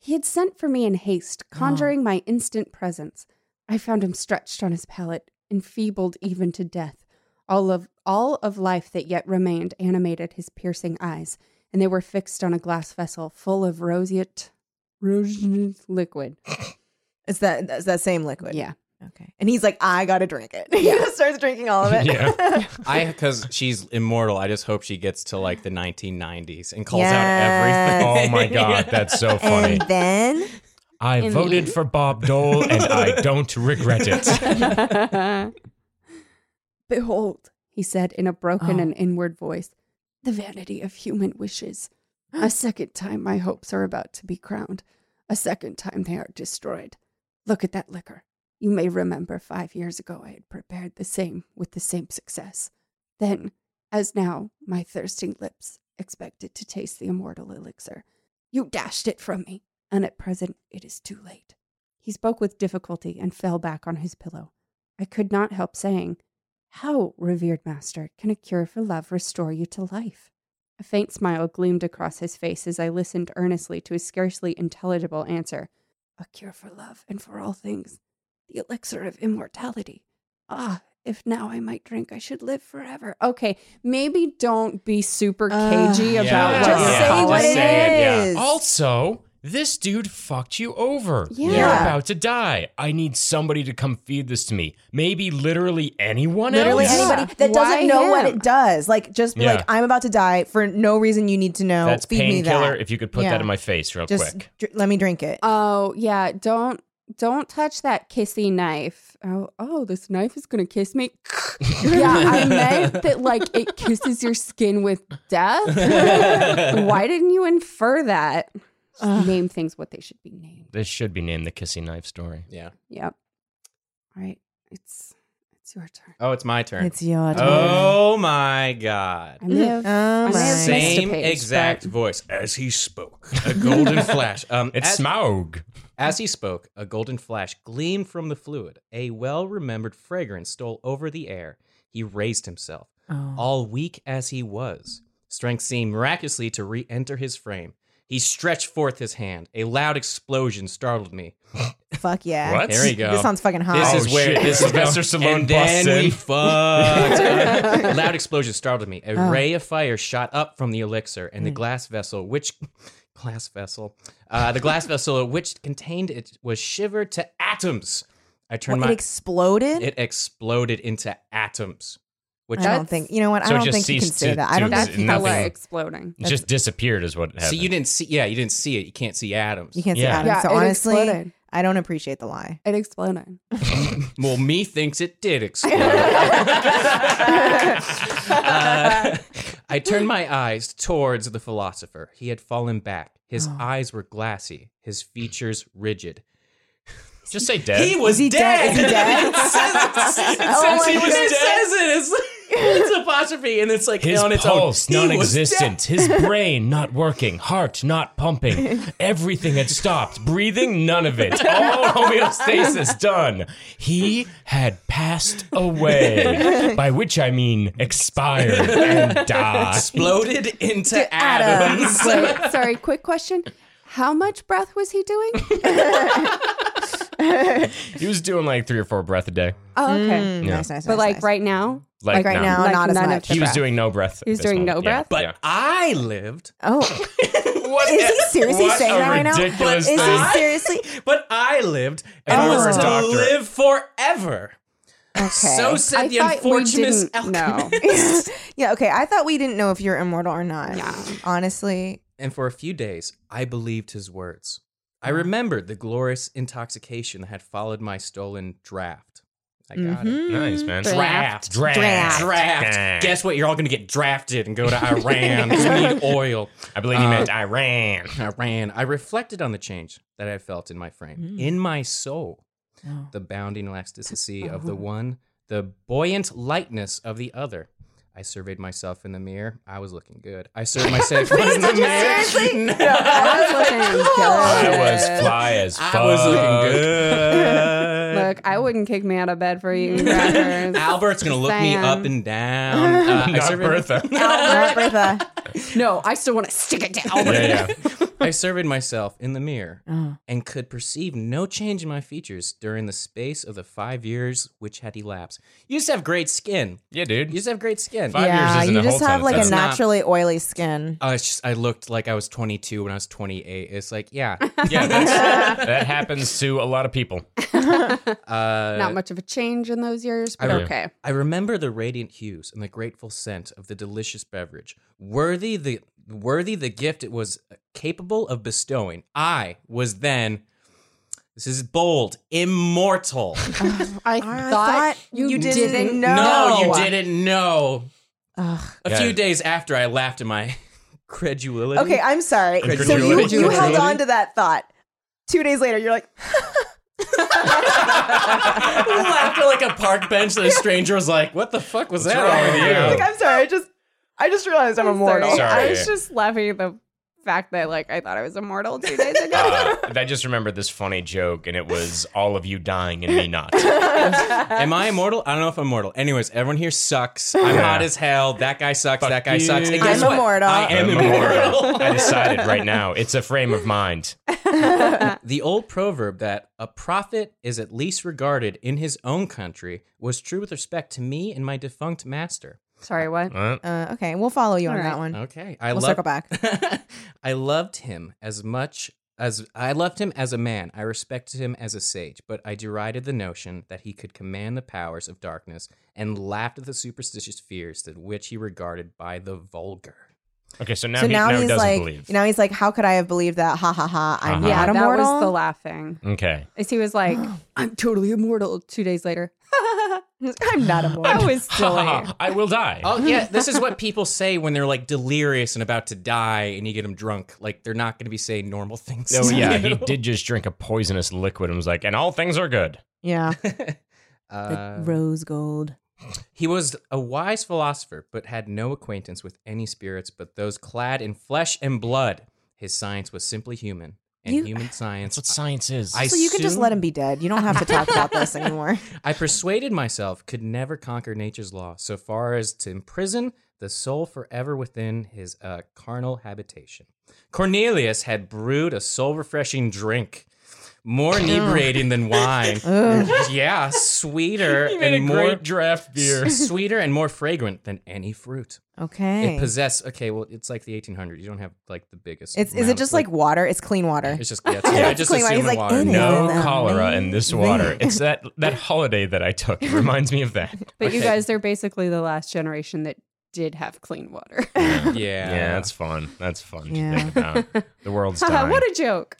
He had sent for me in haste, conjuring my instant presence. I found him stretched on his pallet, enfeebled even to death. All of all of life that yet remained animated his piercing eyes, and they were fixed on a glass vessel full of roseate, roseate liquid. It's that it's that same liquid. Yeah. Okay. And he's like, I gotta drink it. He just starts drinking all of it. Yeah. I because she's immortal. I just hope she gets to like the 1990s and calls Yes. out Oh everything. my god, that's so funny. And then I voted for Bob Dole and I don't regret it. Behold, he said in a broken and inward voice, the vanity of human wishes. A second time my hopes are about to be crowned. A second time they are destroyed. Look at that liquor. You may remember five years ago I had prepared the same with the same success. Then, as now my thirsting lips expected to taste the immortal elixir, you dashed it from me, and at present it is too late. He spoke with difficulty and fell back on his pillow. I could not help saying, How, revered master, can a cure for love restore you to life? A faint smile gleamed across his face as I listened earnestly to his scarcely intelligible answer. A cure for love and for all things, the elixir of immortality. Ah, if now I might drink, I should live forever. Okay, maybe don't be super Ugh. cagey Yeah. about what Just you Yeah. say call what Just it is. say Also, this dude fucked you over. Yeah. You're about to die. I need somebody to come feed this to me. Maybe literally anyone Literally else. Yeah. anybody that Why doesn't know what him? it does. Like just be Yeah. like I'm about to die for no reason you need to know. That's Feed me painkiller. that. If you could put Yeah. that in my face real Just quick. dr- let me drink it. Oh yeah, don't don't touch that kissy knife. Oh oh, this knife is gonna kiss me. yeah, I meant that like it kisses your skin with death. Why didn't you infer that? Just Name things what they should be named. This should be named the Kissing Knife story. Yeah. Yep. All right, it's it's your turn. Oh, it's my turn. it's your turn. oh my god. I may have Oh I may my. have missed a Same page, exact but- voice as he spoke. A golden flash. Um, It's as- Smaug. As he spoke, a golden flash gleamed from the fluid. A well remembered fragrance stole over the air. He raised himself, all weak as he was. Strength seemed miraculously to re enter his frame. He stretched forth his hand. A loud explosion startled me. Fuck yeah. What? There we go. This sounds fucking hot. This Oh, is where shit. this is where- Sylvester Stallone and then busts we in. fucked. Loud explosion startled me. A ray of fire shot up from the elixir and the glass vessel, which glass vessel, uh, the glass vessel which contained it was shivered to atoms. I turned What, my it exploded. it exploded into atoms. Which I don't think you know what. I So it don't just think you can ceased say to- that. I don't to- think that's you nothing. can hella say exploding. It just disappeared is what happened. so you didn't see yeah you didn't see it you can't see atoms you can't say Yeah. Adam. Yeah, so it honestly, exploded. I don't appreciate the lie. It exploded. well, me thinks it did explode. Uh, I turned my eyes towards the philosopher. He had fallen back. His Oh. eyes were glassy, his features rigid. Just say dead. was he dead? Is he dead? it says, it says- it Oh says my he was goodness. dead. It says it. It's, it's apostrophe, and it's like His on its pulse own. He was non-existent. His brain not working. Heart not pumping. Everything had stopped. Breathing, none of it. All homeostasis done. He had passed away. By which I mean expired and dead. died. Exploded into atoms. atoms. Wait, sorry, quick question. How much breath was he doing? He was doing like three or four breath a day. Oh, okay. Mm, Yeah. Nice, nice, But nice, like nice. right now, Like, Like right no. now, Like not as none of much. the He was breath. doing no breath. He was this doing moment. no Yeah, breath? But yeah. I lived. oh, What is he seriously what saying a that right now? ridiculous Is thing. he seriously? But I lived and I were was a to doctor- live forever. Okay. So said I the thought we unfortunate didn't alchemist. yeah. Okay. I thought we didn't know if you're immortal or not. Honestly. And for a few days, I believed his words. I remembered the glorious intoxication that had followed my stolen draft. I got it. mm-hmm. Nice, man. Draft. Draft. Draft. Draft. Guess what? You're all going to get drafted and go to Iran. 'cause we need oil. I believe he uh, meant Iran. Iran. I reflected on the change that I felt in my frame, in my soul, the bounding elasticity of the one, the buoyant lightness of the other. I surveyed myself in the mirror. I was looking good. I surveyed myself in the mirror. I was looking I good. was fly as fuck. I was looking good. Look, I wouldn't kick me out of bed for eating crackers. Albert's gonna look me Sam. up and down. Uh, I, Not surveyed, Bertha. Not Bertha. No, I still want to stick it to Albert. yeah, yeah. I surveyed myself in the mirror and could perceive no change in my features during the space of the five years which had elapsed. You just have great skin. Yeah, dude. You just have great skin. Five years yeah. isn't You a just whole have ton like of a time. That's not- naturally oily skin. I was just, I looked like I was 22 when I was 28. It's like, yeah. Yeah, that's, that happens to a lot of people. Uh, Not much of a change in those years, but I re- okay. I remember the radiant hues and the grateful scent of the delicious beverage. Worthy the worthy the gift it was capable of bestowing. I was then this is bold, immortal. I, I thought, you, didn't, know. Oh. No, you didn't know. Ugh. A Yeah. few days after I laughed at my credulity. Okay. I'm sorry. So you Incredulity. you held Incredulity. on to that thought. Two days later, you're like, After like a park bench, the stranger was like, "What the fuck was that wrong on with with you?" you? Like, I'm sorry. I just, I just realized I'm immortal. Sorry. I Sorry. was just laughing at the fact that like I thought I was immortal two days ago. Uh, I just remembered this funny joke, and it was all of you dying and me not. Am I immortal? I don't know if I'm immortal. Anyways, everyone here sucks. I'm hot as hell. That guy sucks. that guy you. sucks. And I'm guess what? immortal. I am I'm immortal. I decided right now. It's a frame of mind. the old proverb that a prophet is at least regarded in his own country was true with respect to me and my defunct master. Sorry, what? Huh? Uh, okay, we'll follow you on All right. that one. Okay, I We'll love- circle back. I loved him as much as I loved him as a man. I respected him as a sage, but I derided the notion that he could command the powers of darkness and laughed at the superstitious fears that which he regarded by the vulgar. Okay, so now so he now, now he's doesn't like, believe. now he's like, how could I have believed that? Ha ha ha! I'm Uh-huh. Yeah, not that immortal. was the laughing. okay. As he was like, I'm totally immortal. Two days later, I'm not that immortal. was silly. I will die. Oh yeah, this is what people say when they're like delirious and about to die, and you get them drunk. Like they're not going to be saying normal things. So to Oh, yeah, you. he did just drink a poisonous liquid and was like, and all things are good. yeah, Uh, rose gold. He was a wise philosopher, but had no acquaintance with any spirits but those clad in flesh and blood. His science was simply human, and You- human That's science. what science is. I- So you can just let assume- him be dead. You don't have to talk about this anymore. I persuaded myself could never conquer nature's law, so far as to imprison the soul forever within his uh, carnal habitation. Cornelius had brewed a soul refreshing drink, more inebriating than wine. yeah, sweeter and more draft sweeter and more fragrant than any fruit. Okay. It possess. Okay, well, it's like the 1800s. You don't have like the biggest. it's is it amount- just like water? It's clean water. It's just yeah. It's, yeah I It's just clean water. assume He's like, water. in no. it. No Yeah. cholera in this water. Amazing. It's that that holiday that I took It reminds me of that. But you Okay. guys, they're basically the last generation that did have clean water. Yeah. Yeah, that's fun. That's fun Yeah. to think about. The world's dying. what a joke.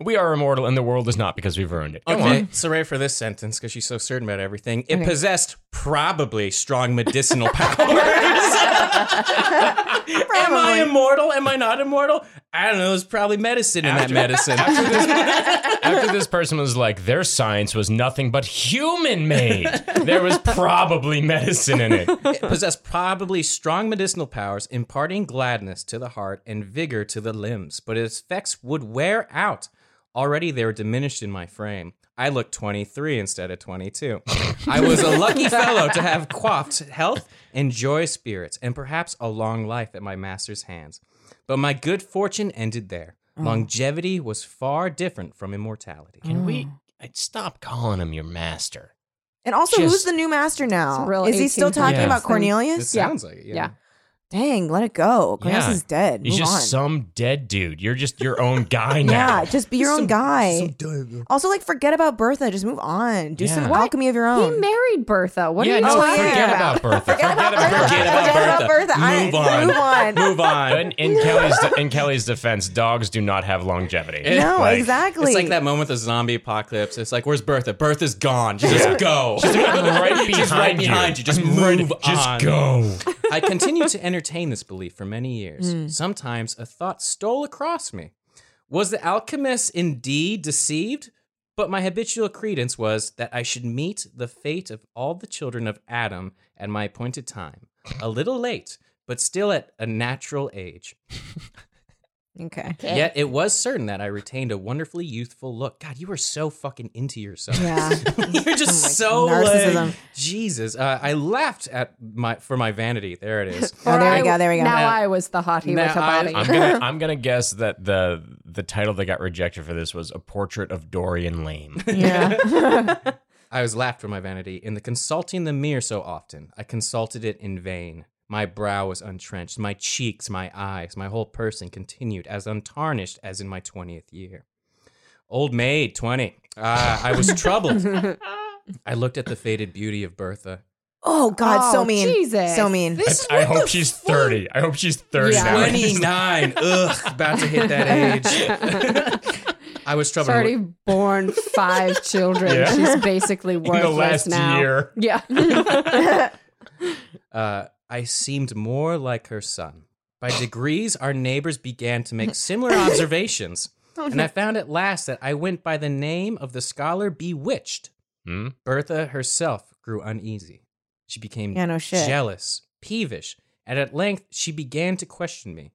we are immortal, and the world is not because we've earned it. Come Okay, on. so ready for this sentence because she's so certain about everything. It Okay. possessed probably strong medicinal powers. Am Probably. I immortal? Am I not immortal? I don't know. There's probably medicine in that medicine. After this person was like, their science was nothing but human made. There was probably medicine in it. It possessed probably strong medicinal powers, imparting gladness to the heart and vigor to the limbs, but its effects would wear out. Already they were diminished in my frame. I looked 23 instead of 22. I was a lucky fellow to have quaffed health and joyous spirits, and perhaps a long life at my master's hands. But my good fortune ended there. Longevity was far different from immortality. Can we I'd stop calling him your master? and also, who's Just- the new master now? It's real Is he still talking 1800s. about This Cornelius? Yeah. sounds like it. Yeah. Yeah. Dang, let it go. Cornelius Yeah. is dead. He's Move just on. some dead dude. You're just your own guy now. yeah, just be your own guy. also, like, forget about Bertha. Just move on. Do some Yeah. alchemy of your He own. married Bertha. What Oh. Yeah, are you no, talking forget about? about Bertha. Forget, about Bertha. Forget about Bertha. I- Move on. Move on. Move on. In, in Kelly's in Kelly's defense, dogs do not have longevity. No, Like, exactly. It's like that moment of the zombie apocalypse. It's like, where's Bertha? Bertha's gone. Just go. Right behind, She's right behind you. Just move Just on. go. I continued to entertain this belief for many years. Hmm. Sometimes a thought stole across me. Was the alchemist indeed deceived? But my habitual credence was that I should meet the fate of all the children of Adam at my appointed time. A little late, but still at a natural age. Okay. Yet it was certain that I retained a wonderfully youthful look. God, you were so fucking into yourself. Yeah. You're just Oh so my- narcissism. like Jesus. Uh, I laughed at my for my vanity. There it is. Oh, there we go. There we go. Now I was the hottie Now with a I- body. I'm gonna I'm gonna guess that the the title that got rejected for this was a portrait of Dorian Lane. yeah. I was laughed for my vanity in the consulting the mirror so often. I consulted it in vain. My brow was untrenched, my cheeks, my eyes, my whole person continued as untarnished as in my twentieth year. Old maid, twenty. Ah, I was troubled. I looked at the faded beauty of Bertha. Oh God, so Oh, mean. Jesus. So mean. I, I hope she's thirty. I hope she's thirty Yeah. now. 29. Ugh, about to hit that age. I was She's troubled. already born five children. Yeah. She's basically In worthless the last now. year. Yeah. Uh, I seemed Oh, more like her son. By degrees, our neighbors began to make similar observations. and I found at last that I went by the name of the scholar bewitched. Hmm? Bertha herself grew uneasy. She became Yeah, no shit. jealous, peevish, and at length she began to question me.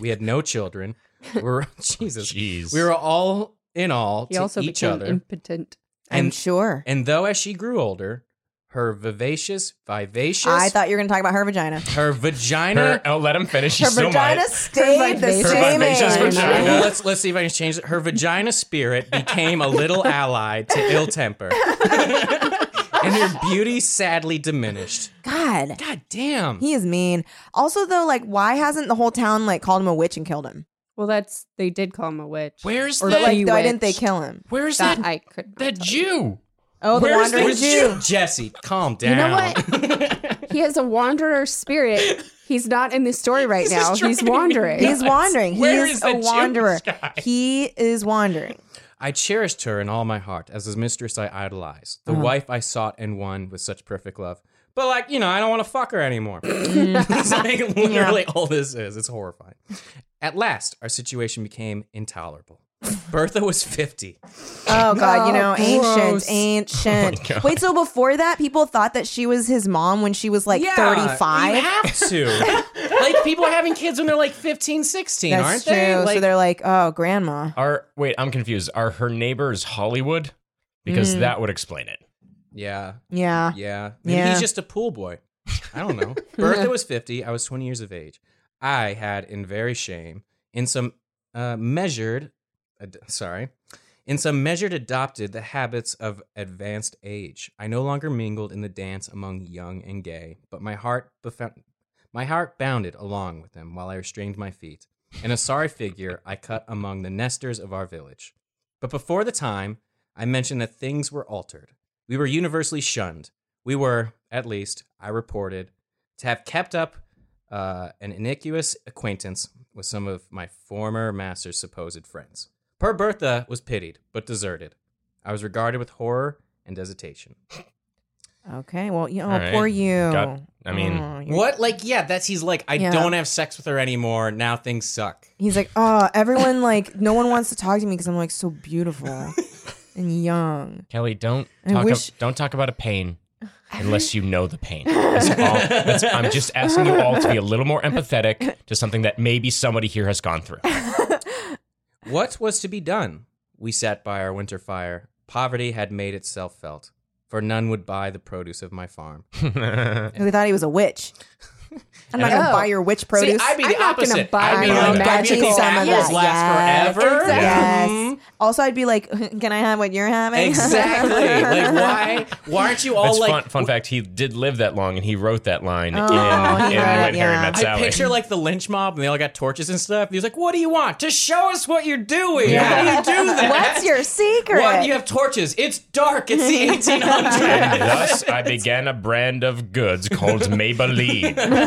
We had no children. We were Jesus. Jeez. We were all in all He to also each became other. impotent. I'm and- sure. and though as she grew older, her vivacious, vivacious, I thought you were going to talk about her vagina. her vagina. Her, oh, let him finish. Her She's so vagina mad. stayed the vivacious same vagina. age. Well, vagina. let's let's see if I can change it. Her vagina spirit became a little ally to ill temper, and her beauty sadly diminished. God, God damn! he is mean. Also, though, like, why hasn't the whole town like called him a witch and killed him? Well, that's they did call him a witch. Where's Or the But like, Bewitched. why didn't they kill him? Where's that? that I could. not that tell Jew? Oh, the Where's the wandering Where's Jew. Jew? Jesse, calm down. You know what? he has a wanderer spirit. He's not in this story right now. He's wandering. He's wandering. He Where is is a the Jewish wanderer. guy? He is wandering. I cherished her in all my heart as the mistress I idolized, Mm. the wife I sought and won with such perfect love. But like, you know, I don't want to fuck her anymore. It's like literally all this is. It's horrifying. At last, our situation became intolerable. Bertha was 50. Oh God, you know, ancient, gross. ancient. Wait, so before that, people thought that she was his mom when she was like Yeah, You 35. have to. like people are having kids when they're like 15, 16, aren't That's true. they? Like, so they're like, oh, grandma. Are wait, I'm confused. Are her neighbors Hollywood? Because that would explain it. yeah, Yeah. yeah. Maybe Yeah. he's just a pool boy. I don't know. Bertha was 50. I was 20 years of age. I had, in very shame, in some uh, measured, ad- sorry, in some measured adopted the habits of advanced age. I no longer mingled in the dance among young and gay, but my heart befound, my heart bounded along with them while I restrained my feet. And a sorry figure I cut among the nesters of our village. But before the time, I mentioned that things were altered. We were universally shunned. We were, at least, I reported, to have kept up uh, an iniquitous acquaintance with some of my former master's supposed friends. Poor Bertha was pitied, but deserted. I was regarded with horror and hesitation. Okay. Well, you know, All right. poor you. Got- I mean- Oh, you're- What? Like, yeah, that's he's like, I Yeah. don't have sex with her anymore. Now things suck. He's like, oh, everyone, like, no one wants to talk to me because I'm like so beautiful and young. Kelly, don't I talk. wish- ab- don't talk about a pain unless you know the pain. That's all. That's, I'm just asking you all to be a little more empathetic to something that maybe somebody here has gone through. What was to be done? We sat by our winter fire. Poverty had made itself felt, for none would buy the produce of my farm. They thought he was a witch. I'm not And- gonna Oh. buy your witch produce. See, I'd be the I'm not gonna opposite. buy I'd be your like, magic magical some of apples that. last Yes, forever. exactly. yes. Mhm. Also, I'd be like, can I have what you're having? Exactly. like why? Why aren't you all That's like? fun, fun fact. He did live that long, and he wrote that line Oh, he in, in wrote it, When Harry yeah. Met I Sally. picture like the lynch mob, and they all got torches and stuff. And he was like, "What do you want? Just show us what you're doing. How do you do that? What's your secret? What? You have torches. It's dark. It's the 1800s." and thus, I began a brand of goods called Maybelline.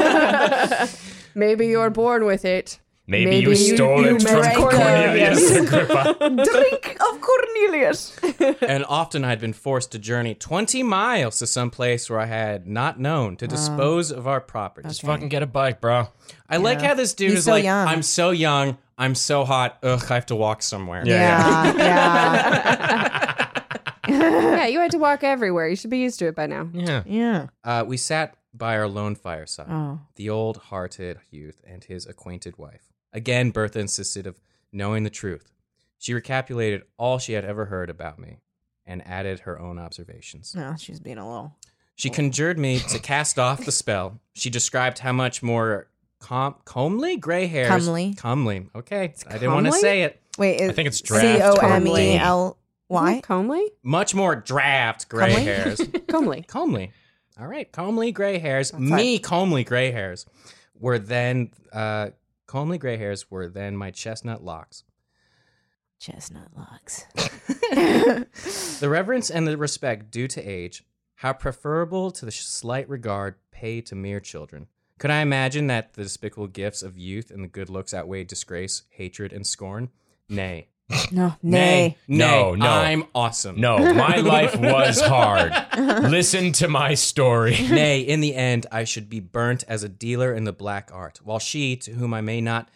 Maybe you're born with it. Maybe, you stole you it from married Cornelius Agrippa. drink of Cornelius. and often I'd been forced to journey 20 miles to some place where I had not known to dispose of our property. Just fucking get a bike, bro. I like how this dude He's is so like, young. I'm so young, I'm so hot, ugh, I have to walk somewhere. Yeah, yeah, yeah, you had to walk everywhere. You should be used to it by now. Yeah. yeah. Uh, we sat by our lone fireside, Oh. the old hearted youth and his acquainted wife. Again, Bertha insisted of knowing the truth. She recapitulated all she had ever heard about me and added her own observations. No, she's being a little. She conjured me to cast off the spell. She described how much more com- comely gray hairs. Comely. Comely. Okay. I didn't want to comely? say it. Wait, I is think it's draft. C O M E comedy. L Y? Comely? Much more draft gray Comely? hairs. Comely. Comely. All right. Comely gray hairs. me, comely gray hairs were then, uh, comely gray hairs were then my chestnut locks. Chestnut locks. The reverence and the respect due to age, how preferable to the slight regard paid to mere children. Could I imagine that the despicable gifts of youth and the good looks outweigh disgrace, hatred, and scorn? Nay. No, nay. Nay. No, no. I'm awesome. No, my life was hard. Listen to my story. Nay, in the end, I should be burnt as a dealer in the black art, while she, to whom I may not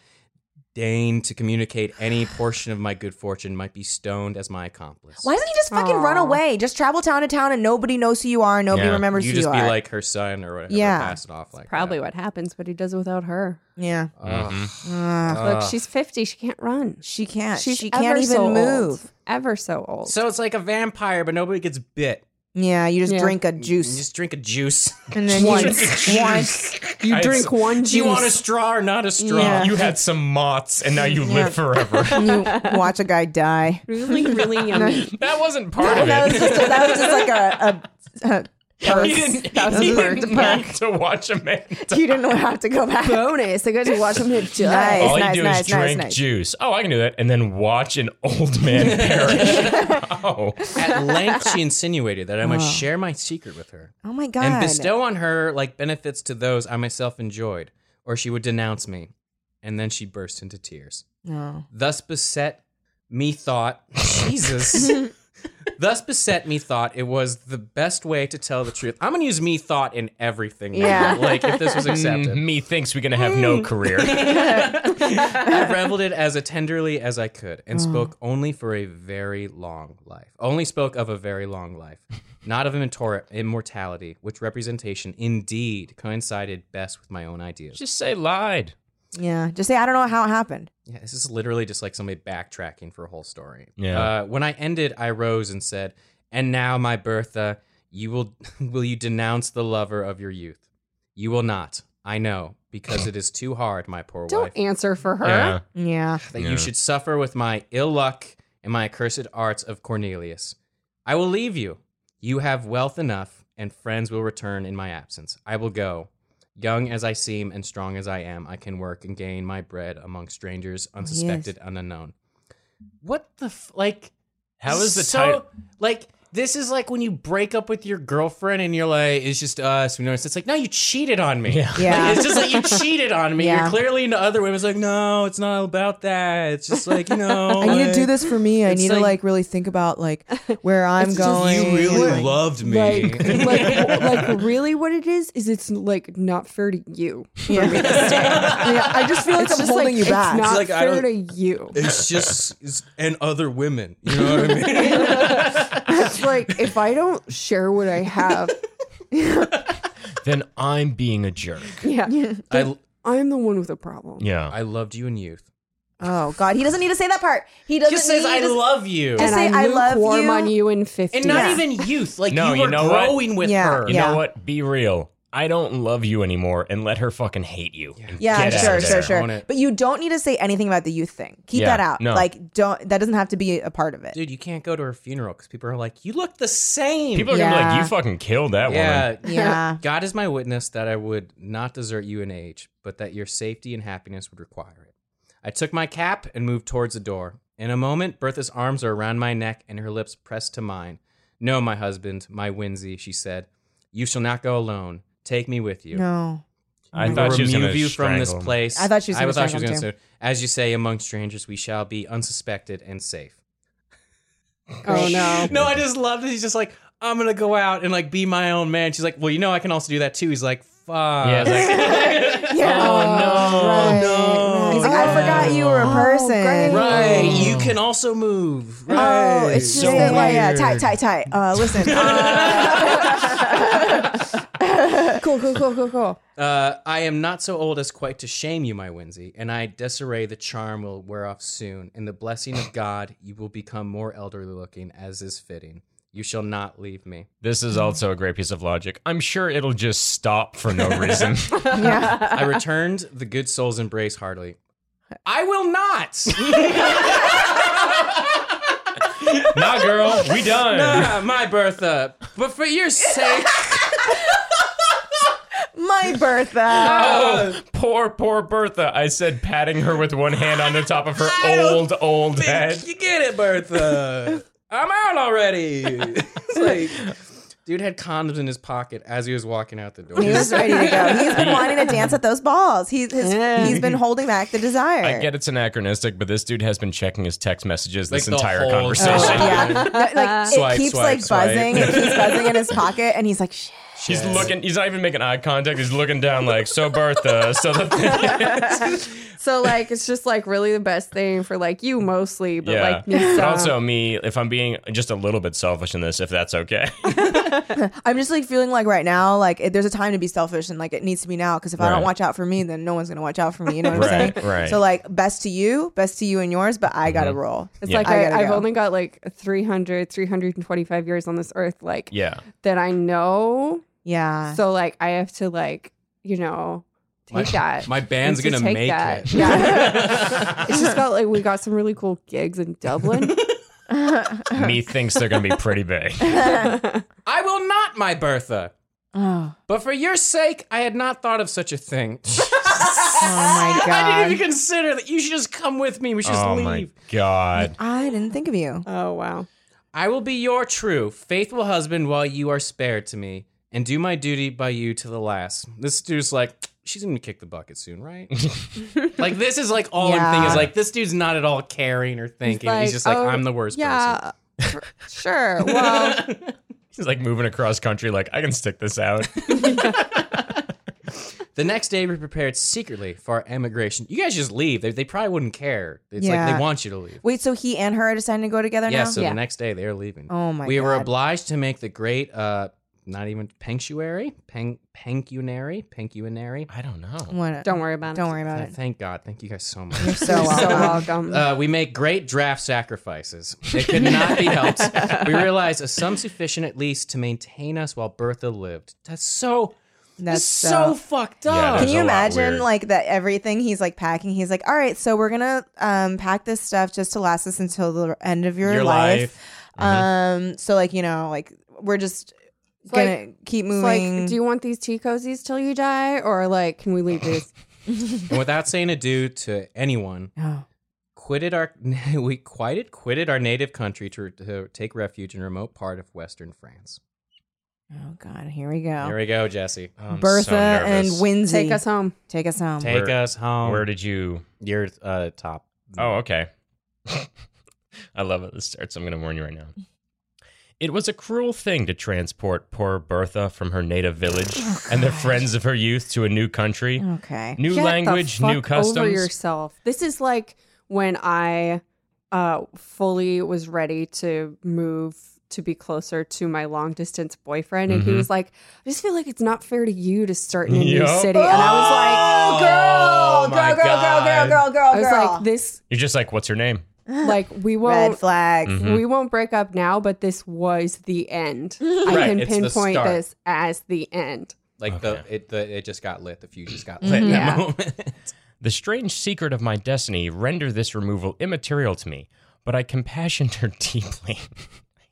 deign to communicate any portion of my good fortune might be stoned as my accomplice. Why doesn't he just fucking run Aw. away? Just travel town to town and nobody knows who you are. and Nobody Yeah. remembers you who just you be are. like her son or whatever. Yeah. pass it off like Probably that. what happens, but he does it without her. yeah. Ugh. Look, she's 50. She can't run. she can't. She's she ever can't even so old. move. Ever so old. So it's like a vampire, but nobody gets bit. Yeah, you just Yeah. drink a You juice just drink a juice. and then you Once. just Once. you drink one juice. Do you want a straw or not a straw? Yeah. You had some moths and now you Yeah. live forever. and you watch a guy die. really, really yummy. That wasn't part of That was it. just, that was just like a. a, a perk. He didn't, that was he a perk. didn't perk. need to watch a man. die. You didn't have to go back. bonus. I got to watch him hit die. Nice, All you nice, do nice, is drink nice, nice. juice. Oh, I can do that. And then watch an old man perish. oh. At length, she insinuated that I must share my secret with her Oh my god! and bestow on her like benefits to those I myself enjoyed, or she would denounce me. And then she burst into tears. No. Thus beset me thought, Jesus. Thus beset me thought it was the best way to tell the truth. I'm gonna use me thought in everything. now, Yeah. like if this was accepted. Mm, Me thinks we're going to have no Mm. career. I reveled it as tenderly as I could and spoke only for a very long life. Only spoke of a very long life, not of immortor- immortality, which representation indeed coincided best with my own ideas. Just say lied. Yeah, just say I don't know how it happened. Yeah, this is literally just like somebody backtracking for a whole story. Yeah. Uh, when I ended, I rose and said, "And now, my Bertha, you will will you denounce the lover of your youth? You will not. I know, because it is too hard, my poor wife." Don't answer for her. Yeah. Yeah, that Yeah. you should suffer with my ill luck and my accursed arts of Cornelius. I will leave you. You have wealth enough, and friends will return in my absence. I will go. Young as I seem and strong as I am, I can work and gain my bread among strangers, unsuspected and unknown. What the f- like? How is the so, title? Like this is like when you break up with your girlfriend and you're like, it's just us. We know it's like, no, you cheated on me. Yeah. Yeah. Like, it's just like you cheated on me. Yeah. You're clearly into other women. It's like, no, it's not about that. It's just like you know. I need to do like, this for me. I It's need to like- like really think about like where I'm it's just going. You really Like, loved me. Like, like, like, really, what it is is it's like not fair to you. yeah. Yeah, I just feel like It's I'm just holding like, you back. It's not like, I fair to don't- you. it's just it's, and other women. You know what I mean? It's like if I don't share what I have, Then I'm being a jerk. yeah, I I'm the one with a problem. Yeah. I loved you in youth. oh god, he doesn't need to say that part. He doesn't. Just says need I to- love you. Just And say, I'm "I love lukewarm you." on you in 50. And not Yeah. even youth. Like No, you you were know what? growing with Yeah. her. You Yeah. know what? Be real. I don't love you anymore and let her fucking hate you. And Yeah, get out sure, of sure, there. sure. Own it. But you don't need to say anything about the youth thing. Keep Yeah, that out. no. Like, don't. That doesn't have to be a part of it. Dude, you can't go to her funeral because people are like, you look the same. People are going to be Yeah. like, you fucking killed that woman. yeah, Yeah. God is my witness that I would not desert you in age, but that your safety and happiness would require it. I took my cap and moved towards the door. In a moment, Bertha's arms are around my neck and her lips pressed to mine. No, my husband, my Winsey, she said, you shall not go alone. Take me with you. No. Oh I I thought she was going remove to you from this place. place. I thought she was gonna thought she was strangle gonna say, as you say, among strangers, we shall be unsuspected and safe. Oh no. No, I just love that he's just like, I'm gonna go out and like be my own man. She's like, well, you know, I can also do that too. He's like, fuck. Yeah, it's like, oh, Right, no. right. He's like, I forgot you were a Oh, person. great. right. You can also move. Right. Oh, it's just So that, yeah, yeah, weird. tight, tight, tight. Uh, listen, uh, Cool, cool, cool, cool, cool. Uh, I am not so old as quite to shame you, my Winsey, and I disarray the charm will wear off soon. In the blessing of God, you will become more elderly looking, as is fitting. You shall not leave me. This is also a great piece of logic. I'm sure it'll just stop for no reason. yeah. I returned the good soul's embrace heartily. I will not. nah, girl, we done. Ah, my Bertha. But for your sake, my Bertha. Oh, poor, poor Bertha. I said, patting her with one hand on the top of her old, old head. you get it, Bertha. I'm out already. It's like, dude had condoms in his pocket as he was walking out the door. He was ready to go. He's been wanting to dance at those balls. He's his, he's been holding back the desire. I get it's anachronistic, but this dude has been checking his text messages Like this the entire whole conversation. yeah, time. No, like Swipe, it keeps swipe, like swipe. buzzing. It keeps buzzing in his pocket, and he's like, "Shit." He's looking. He's not even making eye contact. He's looking down, like so, Bertha. So the So like it's just like really the best thing for like you mostly, but yeah. like needs but to- also me, if I'm being just a little bit selfish in this, if that's okay. I'm just like feeling like right now, like it, there's a time to be selfish and like it needs to be now because if I don't Right. watch out for me, then no one's gonna watch out for me. You know what I'm Right, saying? right. So like, best to you, best to you and yours, but I gotta roll. It's Yeah. like I I gotta I, have go. only got like 300, 325 years on this earth, like yeah. that I know. Yeah. So like I have to like, you know, take that. My band's and to gonna take make that. it. Yeah. it's just got like we got some really cool gigs in Dublin. Me thinks they're gonna be pretty big. I will not, my Bertha. oh, But for your sake, I had not thought of such a thing. oh my I god. didn't even consider that. You should just come with me. We should just oh leave. my god. I didn't think of you. oh wow. I will be your true, faithful husband while you are spared to me, and do my duty by you to the last. This dude's like, she's gonna kick the bucket soon, right? like this is like all Yeah. I'm thinking is like this dude's not at all caring or thinking. He's, like, just like, oh, I'm the worst Yeah. for- sure. Well, He's like moving across country. Like I can stick this out. person. The next day we prepared secretly for our emigration. You guys just leave. They, they probably wouldn't care. It's like Yeah. they want you to leave. Wait, so he and her are deciding to go together yeah, now? so Yeah. the next day they are leaving. Oh my we god. were obliged to make the great uh not even penctuary? Peng pencunary? Pencunary. I don't know. What a- don't worry about Don't it. worry about Uh, it. Thank God. Thank you guys so much. You're so So welcome. welcome. Uh, we make great draft sacrifices. It could not be helped. We realized a sum sufficient at least to maintain us while Bertha lived. That's so That's uh, so, fucked Yeah, up. that Can is you a lot imagine weird. like that everything he's like packing? He's like, all right, so we're gonna um, pack this stuff just to last us until the end of your, Your life. life. Mm-hmm. Um, so like you know, like we're just It's like- gonna keep it's moving. like, do you want these tea cozies till you die, or like, can we leave these? and without saying adieu to anyone, Oh. quitted our we quitted quitted our native country to, to take refuge in a remote part of western France. oh God, here we go. Here we go, Jesse. I'm so Bertha and nervous. Windsor, Take us home. Take us home. Take Where- us home. Where did you? You're uh, top. Oh, okay. I love it. This starts. I'm going to warn you right now. It was a cruel thing to transport poor Bertha from her native village and the friends of her youth to a new country, okay. Oh, Mm. new Get the language, fuck new customs. Over yourself. This is like when I uh, fully was ready to move to be closer to my long distance boyfriend, and Mm-hmm. he was like, "I just feel like it's not fair to you to start in a new Yup. city," and I was like. Oh, girl, my girl, girl, girl, girl, God. girl, girl, I was girl. like, this, You're just like, what's her name? like, we Red won't, flag. Mhm. we won't break up now, but this was the end. I Right, can it's the pinpoint start. this as the end. Like the Okay. it the, it just got lit. The fuse just got lit. in Yeah. That moment. The strange secret of my destiny render this removal immaterial to me, but I compassioned her deeply.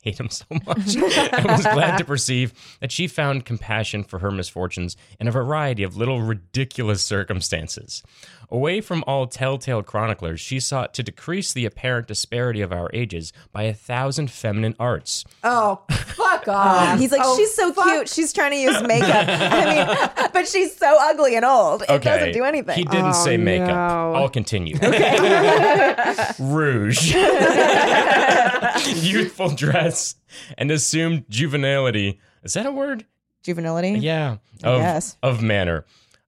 I hate him so much. and was glad to perceive that she found compassion for her misfortunes in a variety of little ridiculous circumstances. Away from all telltale chroniclers, she sought to decrease the apparent disparity of our ages by a thousand feminine arts. Oh, fuck off. He's like, Oh, she's so fuck cute. She's trying to use makeup. I mean, but she's so ugly and old. It doesn't do anything. He didn't say makeup. no. I'll continue. Rouge. Youthful dress and assumed juvenility. Is that a word? Juvenility. Yeah. I of, guess. of manner.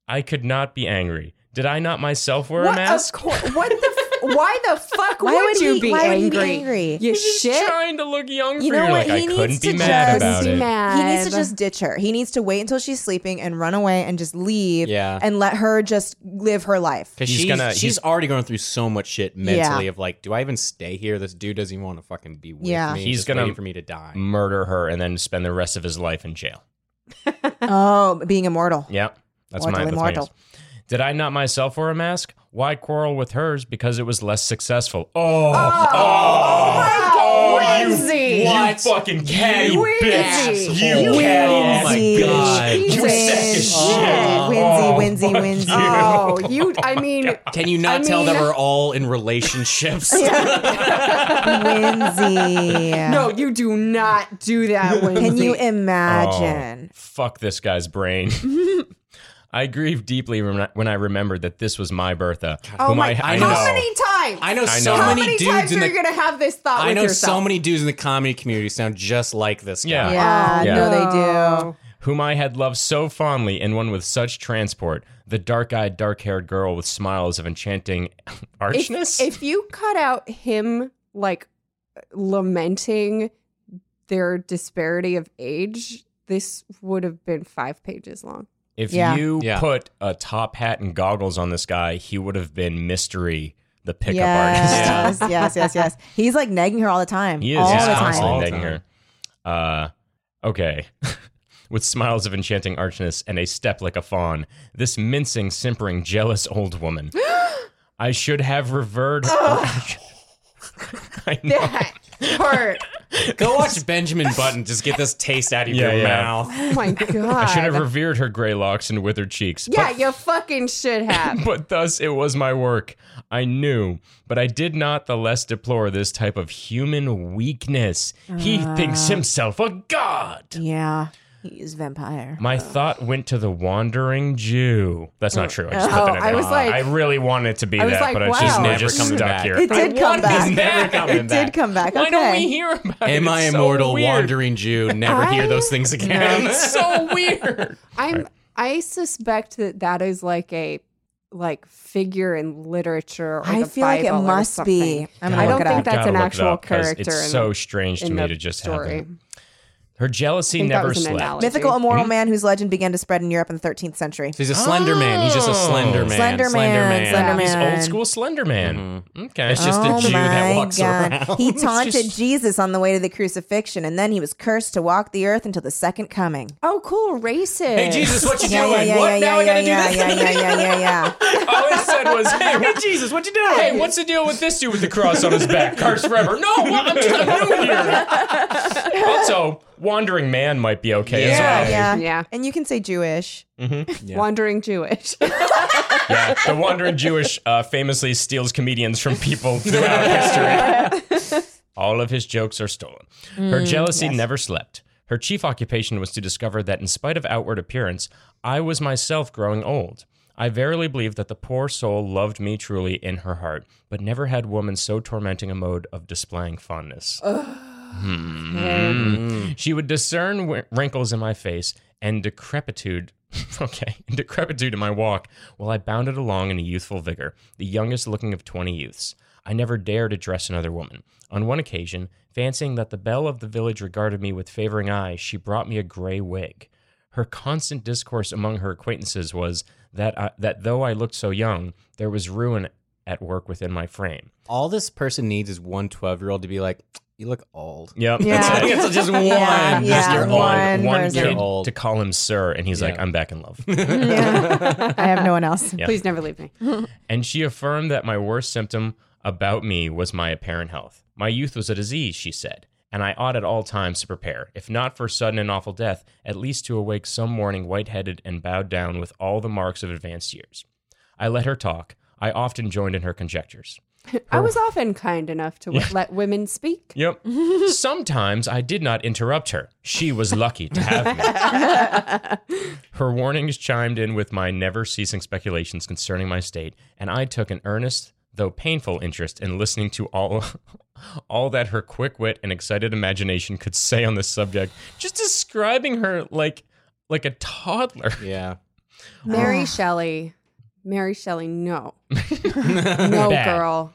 I could not be angry. Did I not myself wear a What, of mask? cour- what the? F- why the fuck Why would, would you he- be why would he angry? be angry? You Just shit. trying to look young You for know you. what? Like, He I needs couldn't to be mad just about be it. mad. He needs to just ditch her. He needs to wait until she's sleeping and run away and just leave Yeah. and let her just live her life. Because He's she's, gonna- she's he's- already going through so much shit mentally of like, do I even stay here? This dude doesn't even want to fucking be with Yeah. me. He's just gonna- waiting for me to die. Murder her and then spend the rest of his life in jail. oh, being immortal. Yep. That's Mortal my, that's my immortal. answer. Did I not myself wear a mask? Why quarrel with hers because it was less successful? Oh, oh, oh, you- Lindsay. you, What? fucking catty You bitch. asshole. You, You catty Lindsay. ass bitch. God. Oh You sack of Windsy, shit. Oh, Windsy, Windsy, Windsy. Oh, you. I mean, Can you not I tell that mean- we're all in relationships? Windsy. no, you do not do that. Lindsay. Can you Oh, imagine? fuck this guy's brain. I grieved deeply rem- when I remembered that this was my Bertha, whom I, I know. Oh How many times? I know I so know. How many, many dudes times in are the you gonna have this thought I with know yourself? so many dudes in the comedy community sound just like this guy. Oh. Yeah, Yeah. Yeah. no, they do. whom I had loved so fondly and won with such transport, the dark eyed, dark haired girl with smiles of enchanting archness? If, if you cut out him like lamenting their disparity of age, this would have been five pages long. If Yeah. you Yeah. put a top hat and goggles on this guy, he would have been mystery, the pickup artist. yes, yes, yes, yes. He's like nagging her all the time. He is all he's the time. constantly All the begging her. Uh, okay. With smiles of enchanting archness and a step like a fawn, this mincing, simpering, jealous old woman. I should have revered her. I know. Hurt. Go watch Benjamin Button. Just get this taste out of Yeah, your yeah. mouth. Oh my god! I should have revered her gray locks and withered cheeks. yeah, you fucking should have. but thus it was my work. I knew, but I did not the less deplore this type of human weakness. he Ah. thinks himself a god. Yeah. He is vampire. My thought went to the wandering Jew. That's not true. I just put Oh, that in I there. was like- I really wanted it to be I was that, like, but it's just, wow. we're Never just coming stuck back. here. It did come He's back. never coming It back. did come back. Why okay. don't we hear about it? Am I It's so immortal, weird. wandering Jew? Never hear those things again. It's so weird. I'm. I suspect that that is like a like figure in literature. Or I the feel like it Bible or must be. something. I'm I gonna don't look it think up. that's Gotta an look it actual up, 'cause character. It's in so the- strange to in me the to just story. have them. Her jealousy think that never was an slept. analogy. Mythical immortal man whose legend began to spread in Europe in the 13th century. He's a slender man. He's just a Oh. slender man. Slender man, slender He's man. old school Slender Man. Okay. It's just oh a Jew my that walks God. around. He It's taunted just- Jesus on the way to the crucifixion, and then he was cursed to walk the earth until the second coming. Oh, cool, racist. Hey, Jesus, what you Yeah, yeah, doing? yeah, What? yeah, yeah, Now I yeah, gotta do yeah, this? yeah, yeah, yeah, yeah, yeah. All I said was, hey, what you- Jesus, what you doing? hey, what's the deal with this dude with the cross on his back? Cursed forever. No, what? I'm, just, I'm new here. Also, Wandering Man might be okay as Yeah, well. yeah, Yeah. And you can say Jewish. Wandering Jewish. Yeah, the Wandering Jewish uh, famously steals comedians from people throughout history. All of his jokes are stolen. Her jealousy never slept. Her chief occupation was to discover that, in spite of outward appearance, I was myself growing old. I verily believe that the poor soul loved me truly in her heart, but never had woman so tormenting a mode of displaying fondness. Hmm. She would discern w- wrinkles in my face and decrepitude. okay, and decrepitude in my walk while I bounded along in a youthful vigor, the youngest looking of 20 youths. I never dared address another woman. On one occasion, fancying that the belle of the village regarded me with favoring eyes, she brought me a gray wig. Her constant discourse among her acquaintances was that I, that though I looked so young, there was ruin at work within my frame. All this person needs is one 12 year old to be like, you look old. Yep. Yeah. That's it. It's just one. Yeah, just yeah, your You're old. one old. One person. kid You're old. to call him sir, and he's like, Yeah. I'm back in love. I have no one else. Yeah. Please never leave me. and she affirmed that my worst symptom about me was my apparent health. My youth was a disease, she said, and I ought at all times to prepare, if not for sudden and awful death, at least to awake some morning white headed and bowed down with all the marks of advanced years. I let her talk. I often joined in her conjectures. Oh. I was often kind enough to w- let women speak. Yep. Sometimes I did not interrupt her. She was lucky to have me. her warnings chimed in with my never ceasing speculations concerning my state, and I took an earnest though painful interest in listening to all all that her quick wit and excited imagination could say on this subject, just describing her like like a toddler. Yeah. Oh. Mary Shelley. Mary Shelley, no. no, Bad. girl.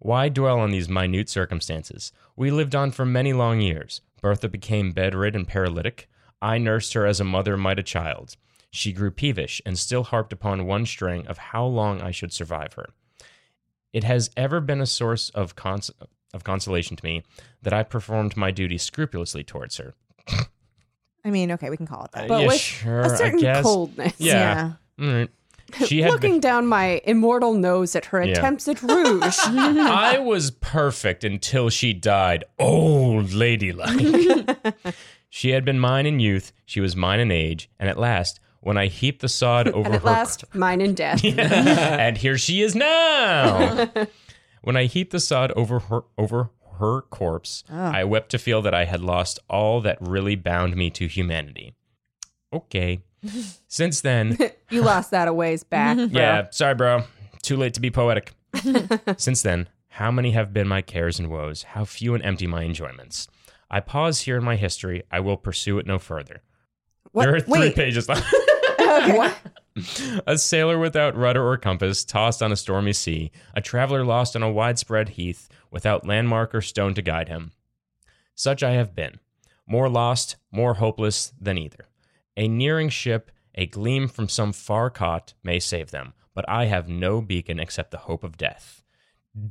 Why dwell on these minute circumstances? We lived on for many long years. Bertha became bedridden and paralytic. I nursed her as a mother might a child. She grew peevish and still harped upon one string of how long I should survive her. It has ever been a source of, cons- of consolation to me that I performed my duty scrupulously towards her. I mean, okay, we can call it that. But yeah, with sure, A certain I guess. coldness. Uh, Yeah. All right. She had Looking been- down my immortal nose at her Yeah. attempts at rouge. I was perfect until she died, old ladylike. she had been mine in youth, she was mine in age, and at last, when I heaped the sod over and at her last, mine and death. and here she is now. when I heaped the sod over her over her corpse, Oh. I wept to feel that I had lost all that really bound me to humanity. Okay. Since then, You lost that a ways back. bro. yeah, sorry, bro. Too late to be poetic. Since then, how many have been my cares and woes? How few and empty my enjoyments? I pause here in my history. I will pursue it no further. What? There are three Wait. pages left. What? a sailor without rudder or compass, tossed on a stormy sea, a traveler lost on a widespread heath, without landmark or stone to guide him. Such I have been, more lost, more hopeless than either. A nearing ship, a gleam from some far cot may save them, but I have no beacon except the hope of death.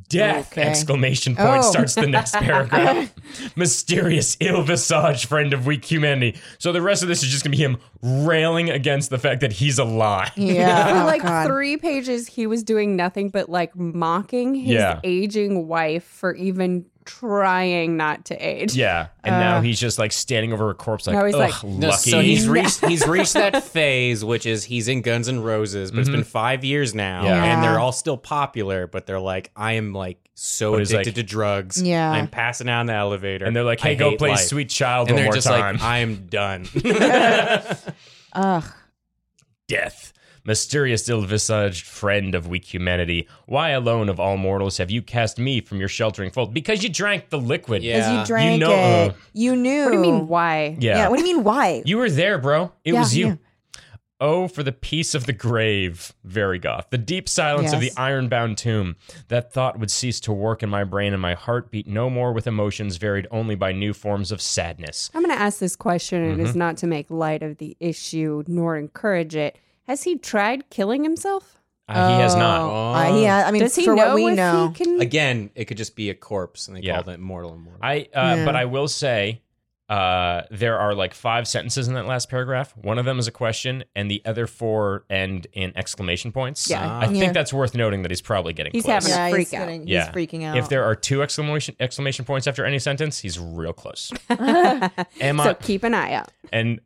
Death! Okay. Exclamation point Oh. starts the next paragraph. Mysterious, ill visaged friend of weak humanity. So the rest of this is just gonna be him railing against the fact that he's alive. Yeah. For Oh, like God. three pages, he was doing nothing but like mocking his Yeah. aging wife for even trying not to age. Yeah, and now he's just like standing over a corpse, like, Now he's Ugh, like- No, lucky. so he's reached he's reached that phase, which is he's in Guns N' Roses, but it's been five years now, Mm-hmm. Yeah. Yeah. and they're all still popular. But they're like, I am like so But he's addicted like- to drugs. Yeah. I'm passing out in the elevator, and they're like, I "Hey, go hate play life." Sweet Child And one they're more just time." like, I am done. Ugh. Death, mysterious, ill-visaged friend of weak humanity, why alone of all mortals have you cast me from your sheltering fold? Because you drank the liquid. Yeah. Because you drank know- it. uh, you knew. What do you mean, why? yeah. Yeah. What do you mean? Why? You were there, bro. It Yeah, was you. yeah. Oh, for the peace of the grave, very goth, the deep silence of the Yes. iron bound tomb. That thought would cease to work in my brain, and my heart beat no more with emotions varied only by new forms of sadness. I'm going to ask this question, and it Mm-hmm. is not to make light of the issue nor encourage it. Has he tried killing himself? Uh, he has not. Oh. Uh, yeah. I mean, Does he for know what we if know. he can? Again, it could just be a corpse, and they Yeah. called it mortal immortal. I, uh, Yeah. but I will say, uh, there are like five sentences in that last paragraph. One of them is a question, and the other four end in exclamation points. Yeah. I think Yeah. that's worth noting that he's probably getting He's close. having a freak out. getting- Yeah. freaking If there are two exclamation exclamation points after any sentence, he's real close. Am so I keep an eye out. and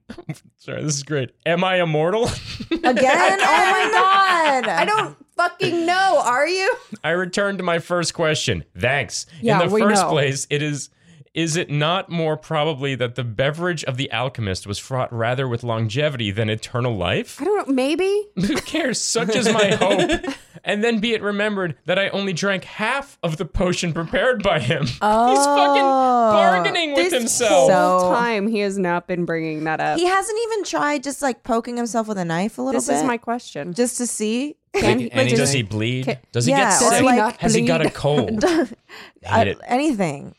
sorry, this is great. Am I immortal? Again? oh my god! I don't fucking know. Are you? I return to my first question. Thanks. Yeah, In the we first know. place, it is is it not more probably that the beverage of the alchemist was fraught rather with longevity than eternal life? I don't know. Maybe. Who cares? Such is my hope. And then be it remembered that I only drank half of the potion prepared by him. He's fucking bargaining with Oh. this himself. whole So- time he has not been bringing that up. He hasn't even tried just like poking himself with a knife a little this bit. is my question. just to see. Can Like, he- and he Does just- he bleed? Ca- Does he Yeah, get or sick? like- Has he got a cold? Uh, Hate it. anything.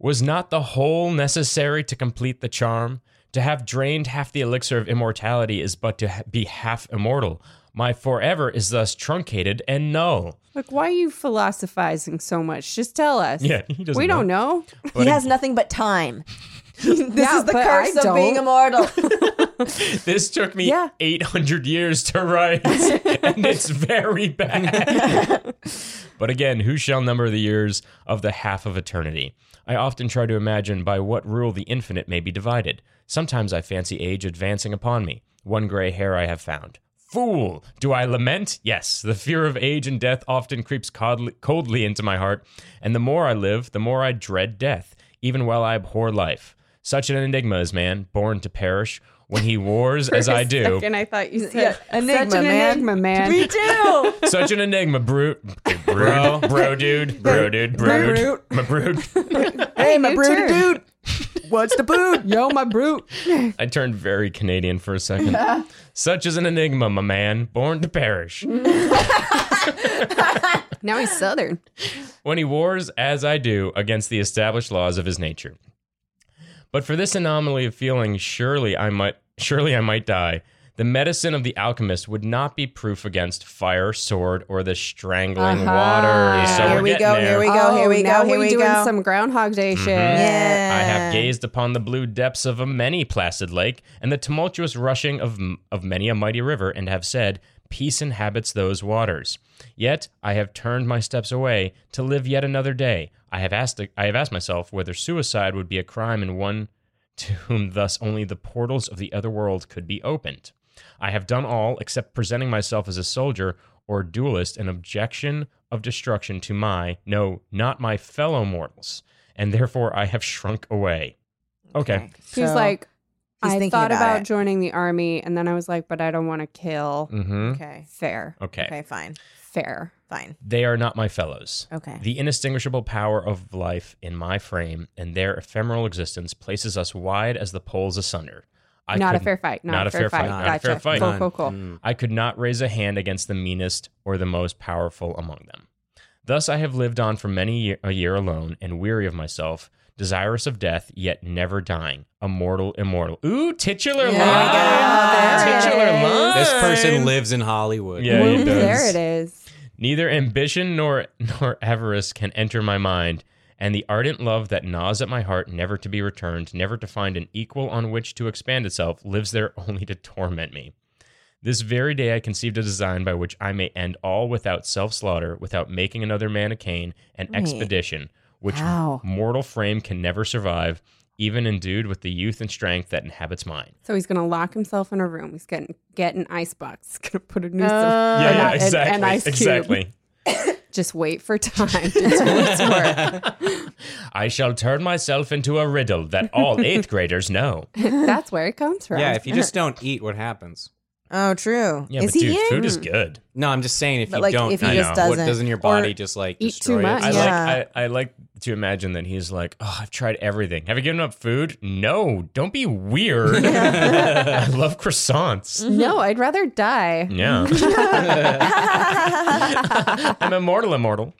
Was not the whole necessary to complete the charm? To have drained half the elixir of immortality is but to ha- be half immortal. My forever is thus truncated and null. Like, why are you philosophizing so much? Just tell us. Yeah, he doesn't We know. don't know. He has nothing but time. this Yeah, is the but curse I of being don't. immortal. This took me Yeah. 800 years to write, and it's very bad. but again, who shall number the years of the half of eternity? I often try to imagine by what rule the infinite may be divided. Sometimes I fancy age advancing upon me. One gray hair I have found. Fool! Do I lament? Yes, the fear of age and death often creeps coldly, coldly into my heart, and the more I live, the more I dread death, even while I abhor life. Such an enigma is man, born to perish, when he wars as For a I do. Second, I thought you said enigma, such an man. enigma, man. Me too. Such an enigma, brute. Bro, bro, dude. Bro, dude. Bro, My brood. hey, my new brood term. dude. What's the boot? Yo, my brute. I turned very Canadian for a second. Such is an enigma, my man, born to perish. Mm-hmm. Now he's southern. when he wars, as I do, against the established laws of his nature. But for this anomaly of feeling, surely I might surely I might die. The medicine of the alchemist would not be proof against fire, sword, or the strangling water. So Here we're we getting go, there. here we go. oh, here we now go, here we're we doing go. some Groundhog Day Mm-hmm. shit. yeah. I have gazed upon the blue depths of a many placid lake and the tumultuous rushing of, of many a mighty river, and have said, Peace inhabits those waters. Yet I have turned my steps away to live yet another day. I have asked, I have asked myself whether suicide would be a crime in one to whom thus only the portals of the other world could be opened. I have done all except presenting myself as a soldier or duelist, an objection of destruction to my, no, not my fellow mortals, and therefore I have shrunk away. Okay. He's So, like, he's I thinking thought about about, it. joining the army, and then I was like, but I don't want to kill. Mm-hmm. okay. Fair, Okay. Okay, fine. fair. Fine. They are not my fellows. Okay. The inextinguishable power of life in my frame and their ephemeral existence places us wide as the poles asunder. I not a couldn't- fair fight. Not, a fair fight. not a Gotcha. fair fight. Cool, cool, cool. Mm. I could not raise a hand against the meanest or the most powerful among them. Thus I have lived on for many year, a year alone and weary of myself, desirous of death yet never dying, a mortal immortal. Ooh, titular Yeah. line. There it titular is. line. This person lives in Hollywood. Yeah, he Whoop, does. there it is. Neither ambition nor nor avarice can enter my mind, and the ardent love that gnaws at my heart, never to be returned, never to find an equal on which to expand itself, lives there only to torment me. This very day I conceived a design by which I may end all without self slaughter, without making another man a Cain, an Wait. expedition which Wow. mortal frame can never survive, even endued with the youth and strength that inhabits mine. So he's gonna lock himself in a room. He's getting get an ice box. He's gonna put a noose. Uh, yeah, yeah, exactly, an ice cube. exactly. exactly. Just wait for time to do its work. I shall turn myself into a riddle that all eighth graders know. That's where it comes from. Yeah, if you just don't eat, what happens? Oh, true. Yeah, is he but dude, in? food is good. No, I'm just saying if But, you like, don't if he eat, just what doesn't- doesn't your body just like eat too destroy much. I It? Yeah. like I, I like to imagine that he's like, oh, I've tried everything. Have you given up food? No, don't be weird. I love Mm. croissants. no, I'd rather die. Yeah. I'm immortal, immortal.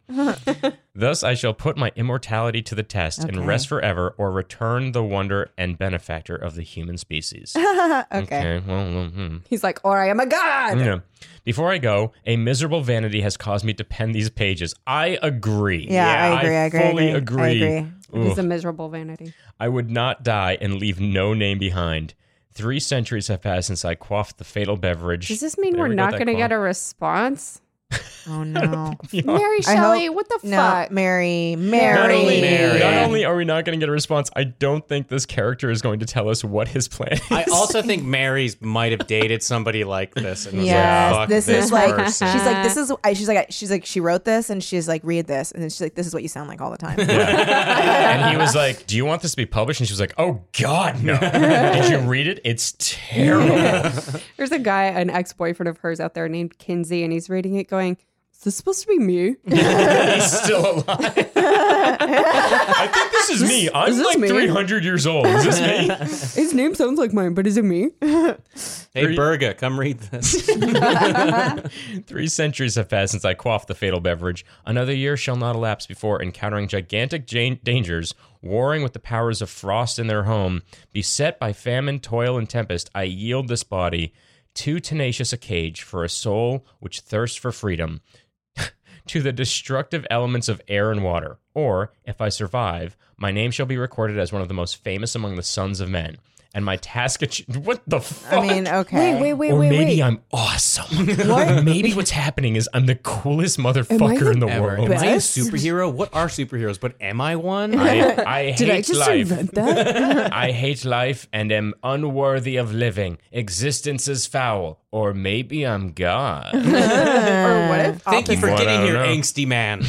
Thus, I shall put my immortality to the test Okay. and rest forever, or return the wonder and benefactor of the human species. okay. well, mm, hmm. He's like, all right, I'm a god. Yeah. Before I go, a miserable vanity has caused me to pen these pages. I agree. Yeah, I agree, I agree, I fully agree, I agree. agree. Mm. Oof. He's a miserable vanity. I would not die and leave no name behind. Three centuries have passed since I quaffed the fatal beverage. Does this mean There we're we got not that going to call. get a response? Oh no. Mary I Shelley, hope- what the no, fuck? Mary, Not Mary. only, Mary. not only are we not going to get a response, I don't think this character is going to tell us what his plan is. I also think Mary's might have dated somebody like this and was Yes, like, "Fuck this this, is like- person." She's like, this is. I, she's like, she's like, she wrote this, and she's like, read this, and then she's like, this is what you sound like all the time. Yeah. and he was like, "Do you want this to be published?" And she was like, "Oh God, no! Did you read it? It's terrible." There's a guy, an ex boyfriend of hers out there named Kinsey, and he's reading it going, Is this supposed to be me? He's still alive. I think this is me. I'm is this like me? 300 years old. Is this me? His name sounds like mine, but is it me? hey Berga, come read this. Three centuries have passed since I quaffed the fatal beverage. Another year shall not elapse before encountering gigantic jan- dangers, warring with the powers of frost in their home, beset by famine, toil, and tempest. I yield this body, too tenacious a cage for a soul which thirsts for freedom, to the destructive elements of air and water. Or, if I survive, my name shall be recorded as one of the most famous among the sons of men. And my task, ach- what the fuck? I mean, okay. wait, or maybe I'm awesome. maybe what's happening is I'm the coolest motherfucker the in the Ever. world. Am I a superhero? What are superheroes? But am I one? I, I hate Did I just life. invent that? I hate life and am unworthy of living. Existence is foul. Or maybe I'm God. or what if? Thank you for What? I getting don't here, know. angsty man.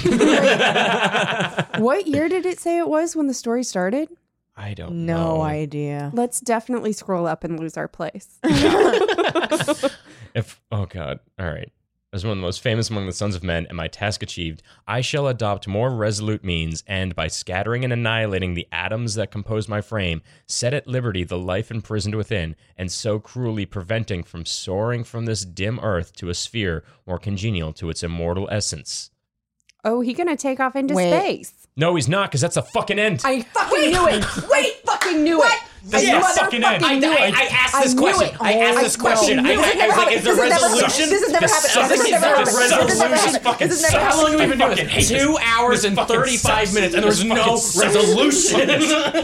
What year did it say it was when the story started? I Oh, don't know. no idea. Let's definitely scroll up and lose our place. If oh god, all right. As one of the most famous among the sons of men, and my task achieved, I shall adopt more resolute means, and by scattering and annihilating the atoms that compose my frame, set at liberty the life imprisoned within, and so cruelly preventing from soaring from this dim earth to a sphere more congenial to its immortal essence. Oh, he gonna take off into Wait. space. No, he's not, because that's a fucking end. I fucking knew it. Wait, fucking knew it. That's a fucking end. I, I, I asked this knew question. it. I asked Oh, this I question. fucking I, knew I, it. I was like, is there This has never resolution? happened. This has never This happened. This sucks. has never happened. This has never The resolution happened. fucking This has never sucks. How long happened. have we been doing fucking hate this? Two hours and fucking 35 sucks. minutes, and there was This no fucking sucks. resolution.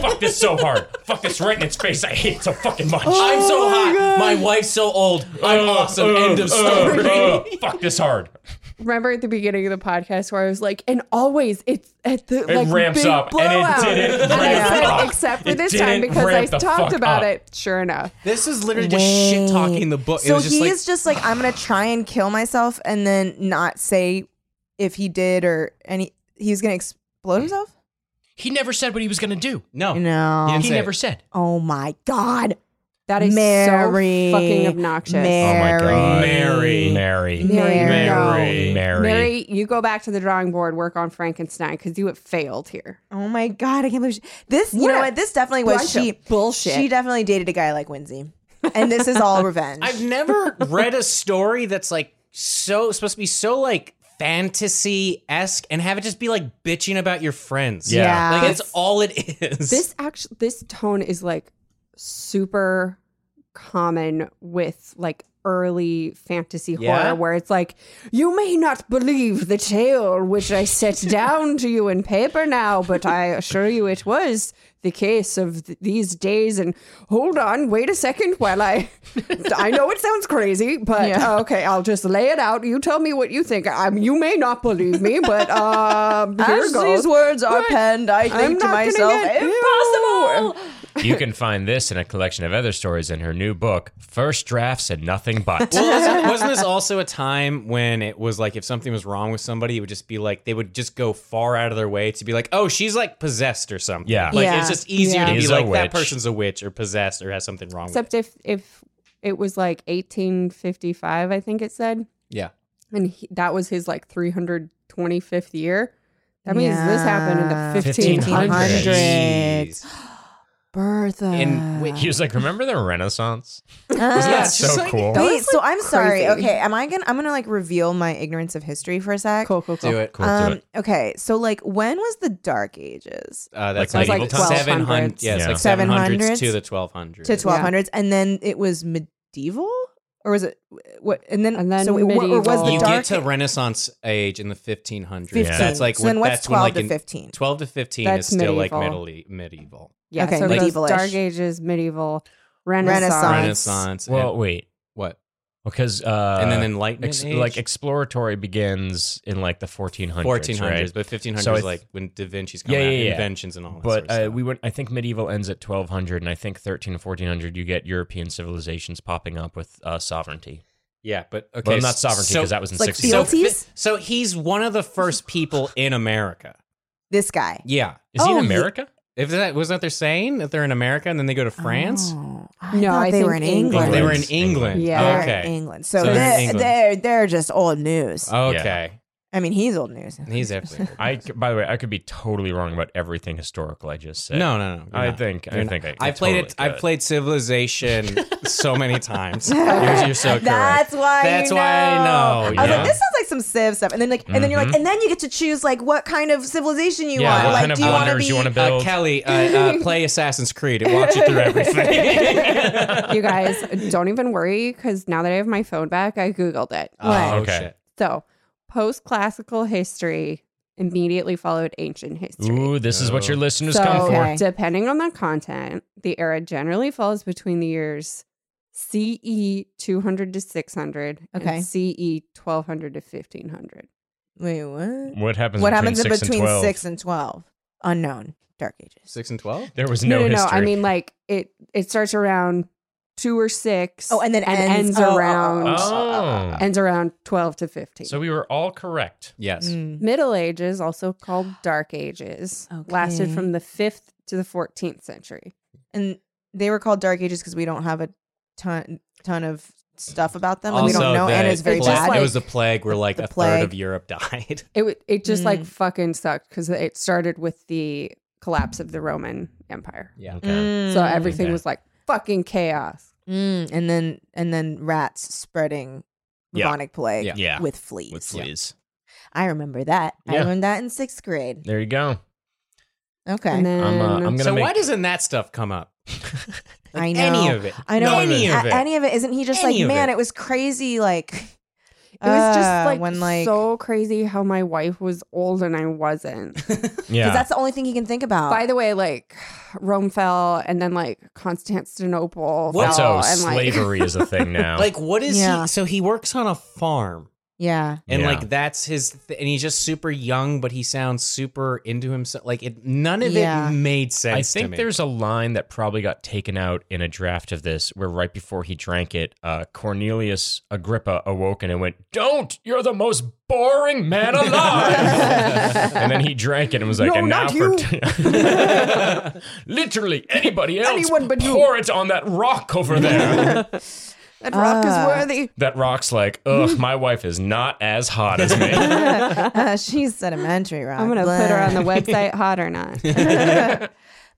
Fuck this so hard. Fuck this right in its face. I hate it so fucking much. I'm so hot. Oh My wife's so old. I'm Uh, awesome. uh, End uh, of story. uh, fuck this hard. Remember at the beginning of the podcast where I was like, and always it's at the It like ramps big up, and it blowout. didn't And I ramp said, up. except for It this time didn't because I ramp the talked fuck about up. it. Sure enough. This is literally just shit talking the book. It So was just he like, is just like, I'm gonna try and kill myself, and then not say if he did or any. He's gonna explode himself. He never said what he was gonna do. no. No. Oh, didn't He say never it. said. Oh my God, That is Mary. so fucking obnoxious. Oh Mary. Mary. Mary. Mary. Mary. Mary, you go back to the drawing board, work on Frankenstein, because you have failed here. Oh my God, I can't believe she, this. You What know a what? This definitely was bunch of she. bullshit. She definitely dated a guy like Winsy. and this is all revenge. I've never read a story that's like so supposed to be so like fantasy esque and have it just be like bitching about your friends. Yeah. Like that's all it is. This actually, this tone is like super common with like early fantasy Yeah? horror, where it's like, you may not believe the tale which I set down to you in paper now, but I assure you it was the case of th- these days. And hold on, wait a second, while I, I know it sounds crazy, but uh, okay, I'll just lay it out. You tell me what you think. Um, you may not believe me, but um, here As goes. these words are penned, I think to not gonna myself, get- impossible. You can find this and a collection of other stories in her new book, First Drafts and Nothing But. well, wasn't, wasn't this also a time when it was like if something was wrong with somebody, it would just be like they would just go far out of their way to be like, oh, she's like possessed or something. Yeah. like Yeah. it's just easier Yeah. to be He's a like witch. that person's a witch or possessed or has something wrong. with Except if if it was like 1855, I think it said, Yeah. and he, that was his like 325th year. That means this happened in Yeah. the 1500s. 1500s. Bertha. And wait, He was like, remember the Renaissance? Ah. Yeah, it's So just like- cool. Wait, so I'm sorry. crazy. Okay, am I gonna? I'm gonna like reveal my ignorance of history for a sec. Cool, cool, cool. do it. Cool, do Um, it. okay, so like, when was the Dark Ages Uh, that's Like like, medieval times? like 700. Yeah, it's Yeah. like 700s 700s? to the 1200s. to 1200s, and then it was medieval, or was it what? And then, And then so it, what, or was medieval. the You Dark get to Renaissance age in the 1500s. 15? Yeah. That's like so when, then what's that's 12 when like to in- 15? 12 to 15 That's is still like medieval. middle medieval. Yeah, Okay, so it goes medieval-ish. Dark Ages, medieval, Renaissance. Renaissance. Renaissance. Well, and wait. what? Because uh, And then Enlightenment ex- age? like exploratory begins in like the 1400s, 1400s, right? but 1500s So is it's- like when Da Vinci's coming Yeah, out, yeah, yeah. inventions and all that sort But of uh, stuff. we went. I think medieval ends at 1200, and I think 13 or 1400, you get European civilizations popping up with uh, sovereignty. yeah, but okay. well, not sovereignty so- because that was in like 60s. so, fi- fealties? so he's one of the first people in America. This guy. Yeah. Is he Oh, in ye- America? If that was that they're saying that they're in America and then they go to France? Oh, No, thought I they were in think Oh, England. they were in England. England. Yeah. They're Okay. in England. So, So they're in they're, England. Oh. they're they're just old news. Okay. I mean, he's old news. He's definitely. I, c- by the way, I could be totally wrong about everything historical I just said. No, no, no. I think I think I, I played it. totally I could. played Civilization so many times. You're, you're so correct. That's why. That's you why I know, I was yeah. Mm-hmm. like, this sounds like some Civ stuff, and then like, and then you're like, Mhm. and then you get to choose like what kind of civilization you Yeah, want. what like, kind of do you wanna wonders you be- wanna be- Uh, Build. Kelly, uh, uh, play Assassin's Creed. It walks you through everything. you guys, don't even worry because now that I have my phone back, I Googled it. oh, Okay. shit. So post classical history immediately followed ancient history. Ooh, this is what your listeners so, come for. Okay. depending on the content, the era generally falls between the years CE 200 to 600 Okay. and CE 1200 to 1500. Wait, what? What happens? What between happens in six and between 12? six and twelve? Unknown. Dark Ages. Six and twelve. There was no, no, no. history. I mean, like it. It starts around two or six. Oh, and then ends- ends, oh, oh, oh, around oh, ends around twelve to fifteen. so we were all correct. Yes. Mm. Middle Ages, also called Dark Ages, lasted Okay. from the fifth to the fourteenth century. And they were called Dark Ages because we don't have a ton ton of stuff about them. Like, Also, we don't know, the and it's very just bad. it was the plague where like The a plague. third of Europe died. It w- it just like Mm. fucking sucked because it started with the collapse of the Roman Empire. Yeah. Okay. So everything Okay. was like fucking chaos. Mm, and then and then rats spreading Yeah. bubonic plague Yeah. Yeah. with fleas. With fleas. I remember that. I Yeah. learned that in sixth grade. There you go. Okay. And then I'm, uh, I'm gonna So make. why doesn't that stuff come up? Like, I know. Any of it. I know Any a- of it. Any of it. Isn't he just Any like, of man, it. it. was crazy. Like it was uh, just Ah, like, when like so crazy how my wife was old and I wasn't. because yeah. that's the only thing he can think about. By the way, like Rome fell and then like Constantinople What? fell so and like slavery is a thing now. Like what is Yeah. he? So he works on a farm. yeah. And Yeah. like that's his, th- and he's just super young, but he sounds super into himself. Like it, none of Yeah. it made I sense. to think me. there's a line that probably got taken out in a draft of this, where right before he drank it, uh, Cornelius Agrippa awoke and went, "Don't! You're the most boring man alive." and then he drank it and was like, No, "And now not for you." t- literally anybody else, Anyone but you. pour it on that rock over there." that rock Ah. is worthy. that rock's like, "Ugh, my wife is not as hot as me." Uh, she's sedimentary, Rob. I'm gonna put her on the website, hot or not.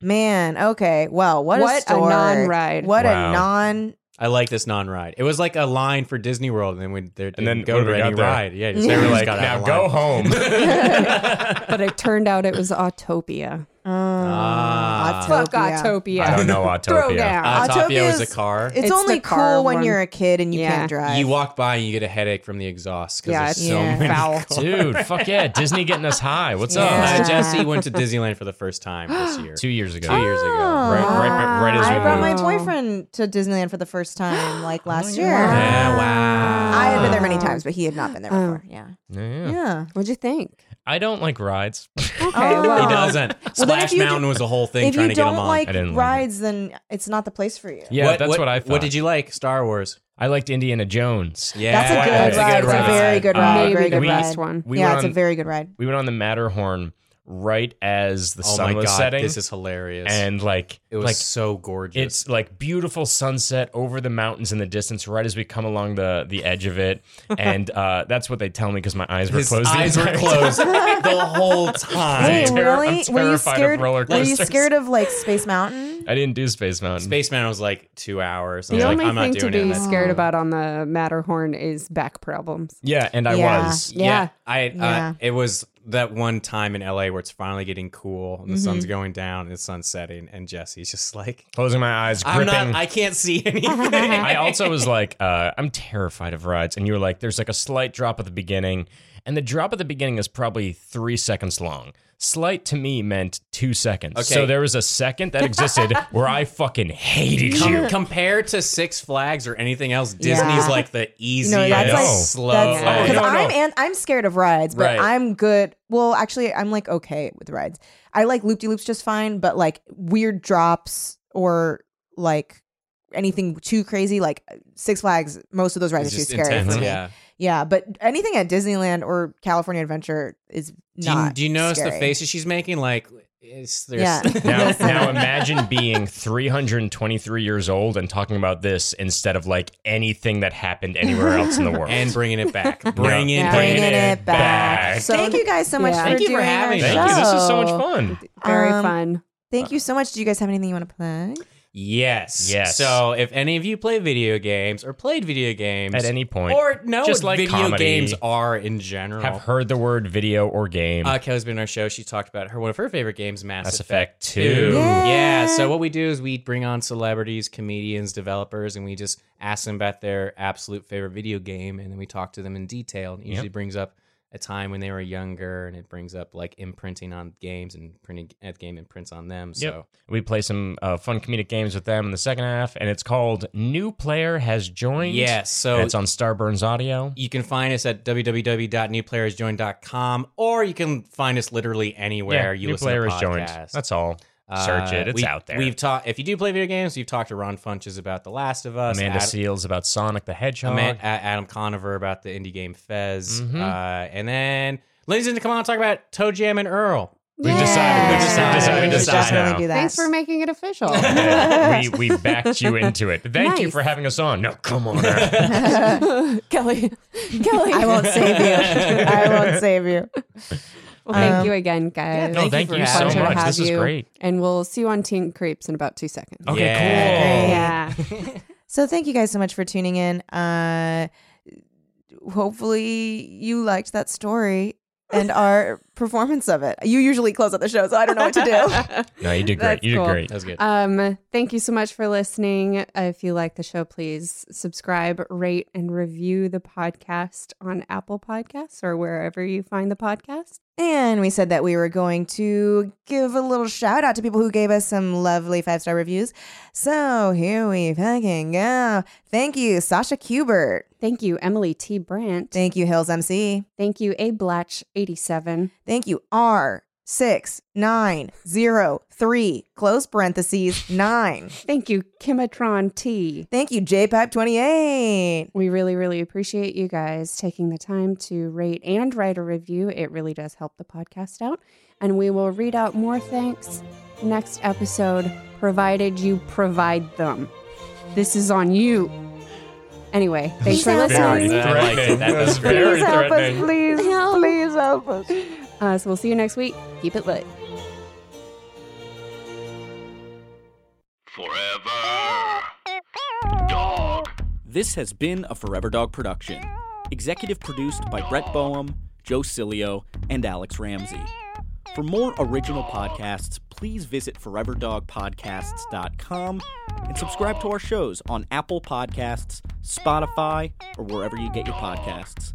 Man, okay. Well, what, What a a story. non-ride. What Wow. a non I like this non-ride. It was like a line for Disney World, and then we there And then didn't go when to we got any there, ride. Yeah, just- They were just like, got out now of go line." home. but it turned out it was Autopia. Ah. Fuck uh, Autopia. Autopia. I don't know Throw Autopia. Ah. down. Autopia Autopia was a is- car. It's, It's only the car cool when one. you're a kid and you Yeah. can't drive. You walk by and you get a headache from the exhaust because Yeah, there's it's so yeah. many. Foul. Dude, fuck yeah. Disney getting us high. What's Uh, up? Jesse went to Disneyland for the first time this year. Two years ago. Two years ago. Right, right, right, right as I we brought my moved. boyfriend to Disneyland for the first time like Oh, last year. Yeah, wow. I had been there many times, but he had not been there Um, before. Yeah. Yeah. Yeah. What'd you think? I don't like rides. Okay, Oh. He well, doesn't. Splash if you Mountain was a whole thing if trying you to get him don't on. like I didn't like it. rides, then it's not the place for you. Yeah, that's what, I thought. What did you like? Star Wars. I liked Indiana Jones. Yeah, That's a good that's a ride. good it's ride. a very good Uh, ride. maybe very the good we- ride. best one. We yeah, were it's a on- very good ride. We went on the Matterhorn right as the Oh sun my was god, setting. this is hilarious. and like it was like so gorgeous. It's like beautiful sunset over the mountains in the distance, right as we come along the the edge of it, and uh, that's what they tell me because my eyes were his closed. the eyes were entire closed the whole Hey, time. I'm terri- really? I'm Were you terrified of scared? roller were you coasters. scared of like Space Mountain? I didn't do Space Mountain. Space Mountain was like two hours. and the I was only like, I'm not thing to doing be it. scared about on the Matterhorn is back problems. yeah, and I Yeah. was. Yeah. I. Uh, Yeah. It was that one time in LA where it's finally getting cool and the sun's going down and the sun's setting and Jesse's just like, Closing my eyes, I'm gripping. not. I can't see anything. I also was like, uh, I'm terrified of rides. And you were like, there's like a slight drop at the beginning. And the drop at the beginning is probably three seconds long. Slight to me meant two seconds. Okay. So there was a second that existed where I fucking hated Com- you. compared to Six Flags or anything else, Yeah. Disney's like the easy, that's like- slow. That's Oh, because no, no. I'm and I'm scared of rides, but Right. I'm good. Well, actually, I'm like okay with rides. I like loop de loops just fine, but like weird drops or like anything too crazy, like Six Flags, most of those rides It's are too just scary intense. for me. Yeah. Yeah, but anything at Disneyland or California Adventure is Do you, not. do you notice scary. the faces she's making? Like, it's there's Yeah. Now, now imagine being 323 years old and talking about this instead of like anything that happened anywhere else in the world. and bringing it back, bringing Yeah. bringing Bringing it. it back. back. So- Thank you guys so much Yeah. for Thank you for doing our having us. Thank you. This was so much show. fun. Very Um, fun. Thank you so much. Do you guys have anything you want to plug? Yes, Yes. So, if any of you play video games or played video games At any point, or know just what like video comedy, games are in general, have heard the word video or game. Uh, Kelly's been on our show. She talked about her one of her favorite games, Mass, Mass Effect, Effect 2. 2. Yeah. Yeah. So what we do is we bring on celebrities, comedians, developers, and we just ask them about their absolute favorite video game, and then we talk to them in detail. And it usually brings up a time when they were younger, and it brings up like imprinting on games and printing at game imprints on them. So. Yep. We play some uh, fun comedic games with them in the second half, and it's called New Player Has Joined. Yes, so- And it's on Starburns Audio. You can find us at www.newplayersjoin.com, or you can find us literally anywhere you New listen Player to Has Joined. podcasts. That's all. Search Uh, it. It's we- out there. We've talked. If you do play video games, we've talked to Ron Funches about The Last of Us. Amanda Ad- Seals about Sonic the Hedgehog. Ama- A- Adam Conover about the indie game Fez, Mhm. uh, and then ladies and gentlemen, come on, talk about Toe Jam and Earl. We've decided. We've decided. decided. We should Decided. definitely do that. Thanks for making it official. Yeah, we, we backed you into it. Thank you Nice. for having us on. No, come on. Earl. Kelly. Kelly. I won't save you. I won't save you. Well, thank Um, you again, guys. no, thank for you, so Pleasure having us. to much. have This is you. great. And we'll see you on Teen Creeps in about two seconds. Okay, Yeah. cool. Yeah. So thank you guys so much for tuning in. Uh, hopefully you liked that story and our performance of it. You usually close out the show, so I don't know what to do. No, you did That's great. You did cool. great. That was good. Um, thank you so much for listening. Uh, if you like the show, please subscribe, rate, and review the podcast on Apple Podcasts or wherever you find the podcast. and we said that we were going to give a little shout out to people who gave us some lovely five star reviews. So here we fucking go. Thank you, Sasha Kubert. Thank you, Emily T. Brandt. Thank you, Hills MC. Thank you, A. Blatch 87. Thank you, R. Six nine zero three close parentheses nine. Thank you, Kimatron T. Thank you, JPipe twenty eight. We really, really appreciate you guys taking the time to rate and write a review. It really does help the podcast out. And we will read out more thanks next episode, provided you provide them. This is on you. Anyway, thanks for Please help listening. us. I liked it. That was great. very help us, threatening. please. Please help us. Uh, so we'll see you next week. Keep it lit. Forever. Dog. This has been a Forever Dog production, executive produced by Brett Boehm, Joe Cilio, and Alex Ramsey. For more original podcasts, please visit foreverdogpodcasts.com and subscribe to our shows on Apple Podcasts, Spotify, or wherever you get your podcasts.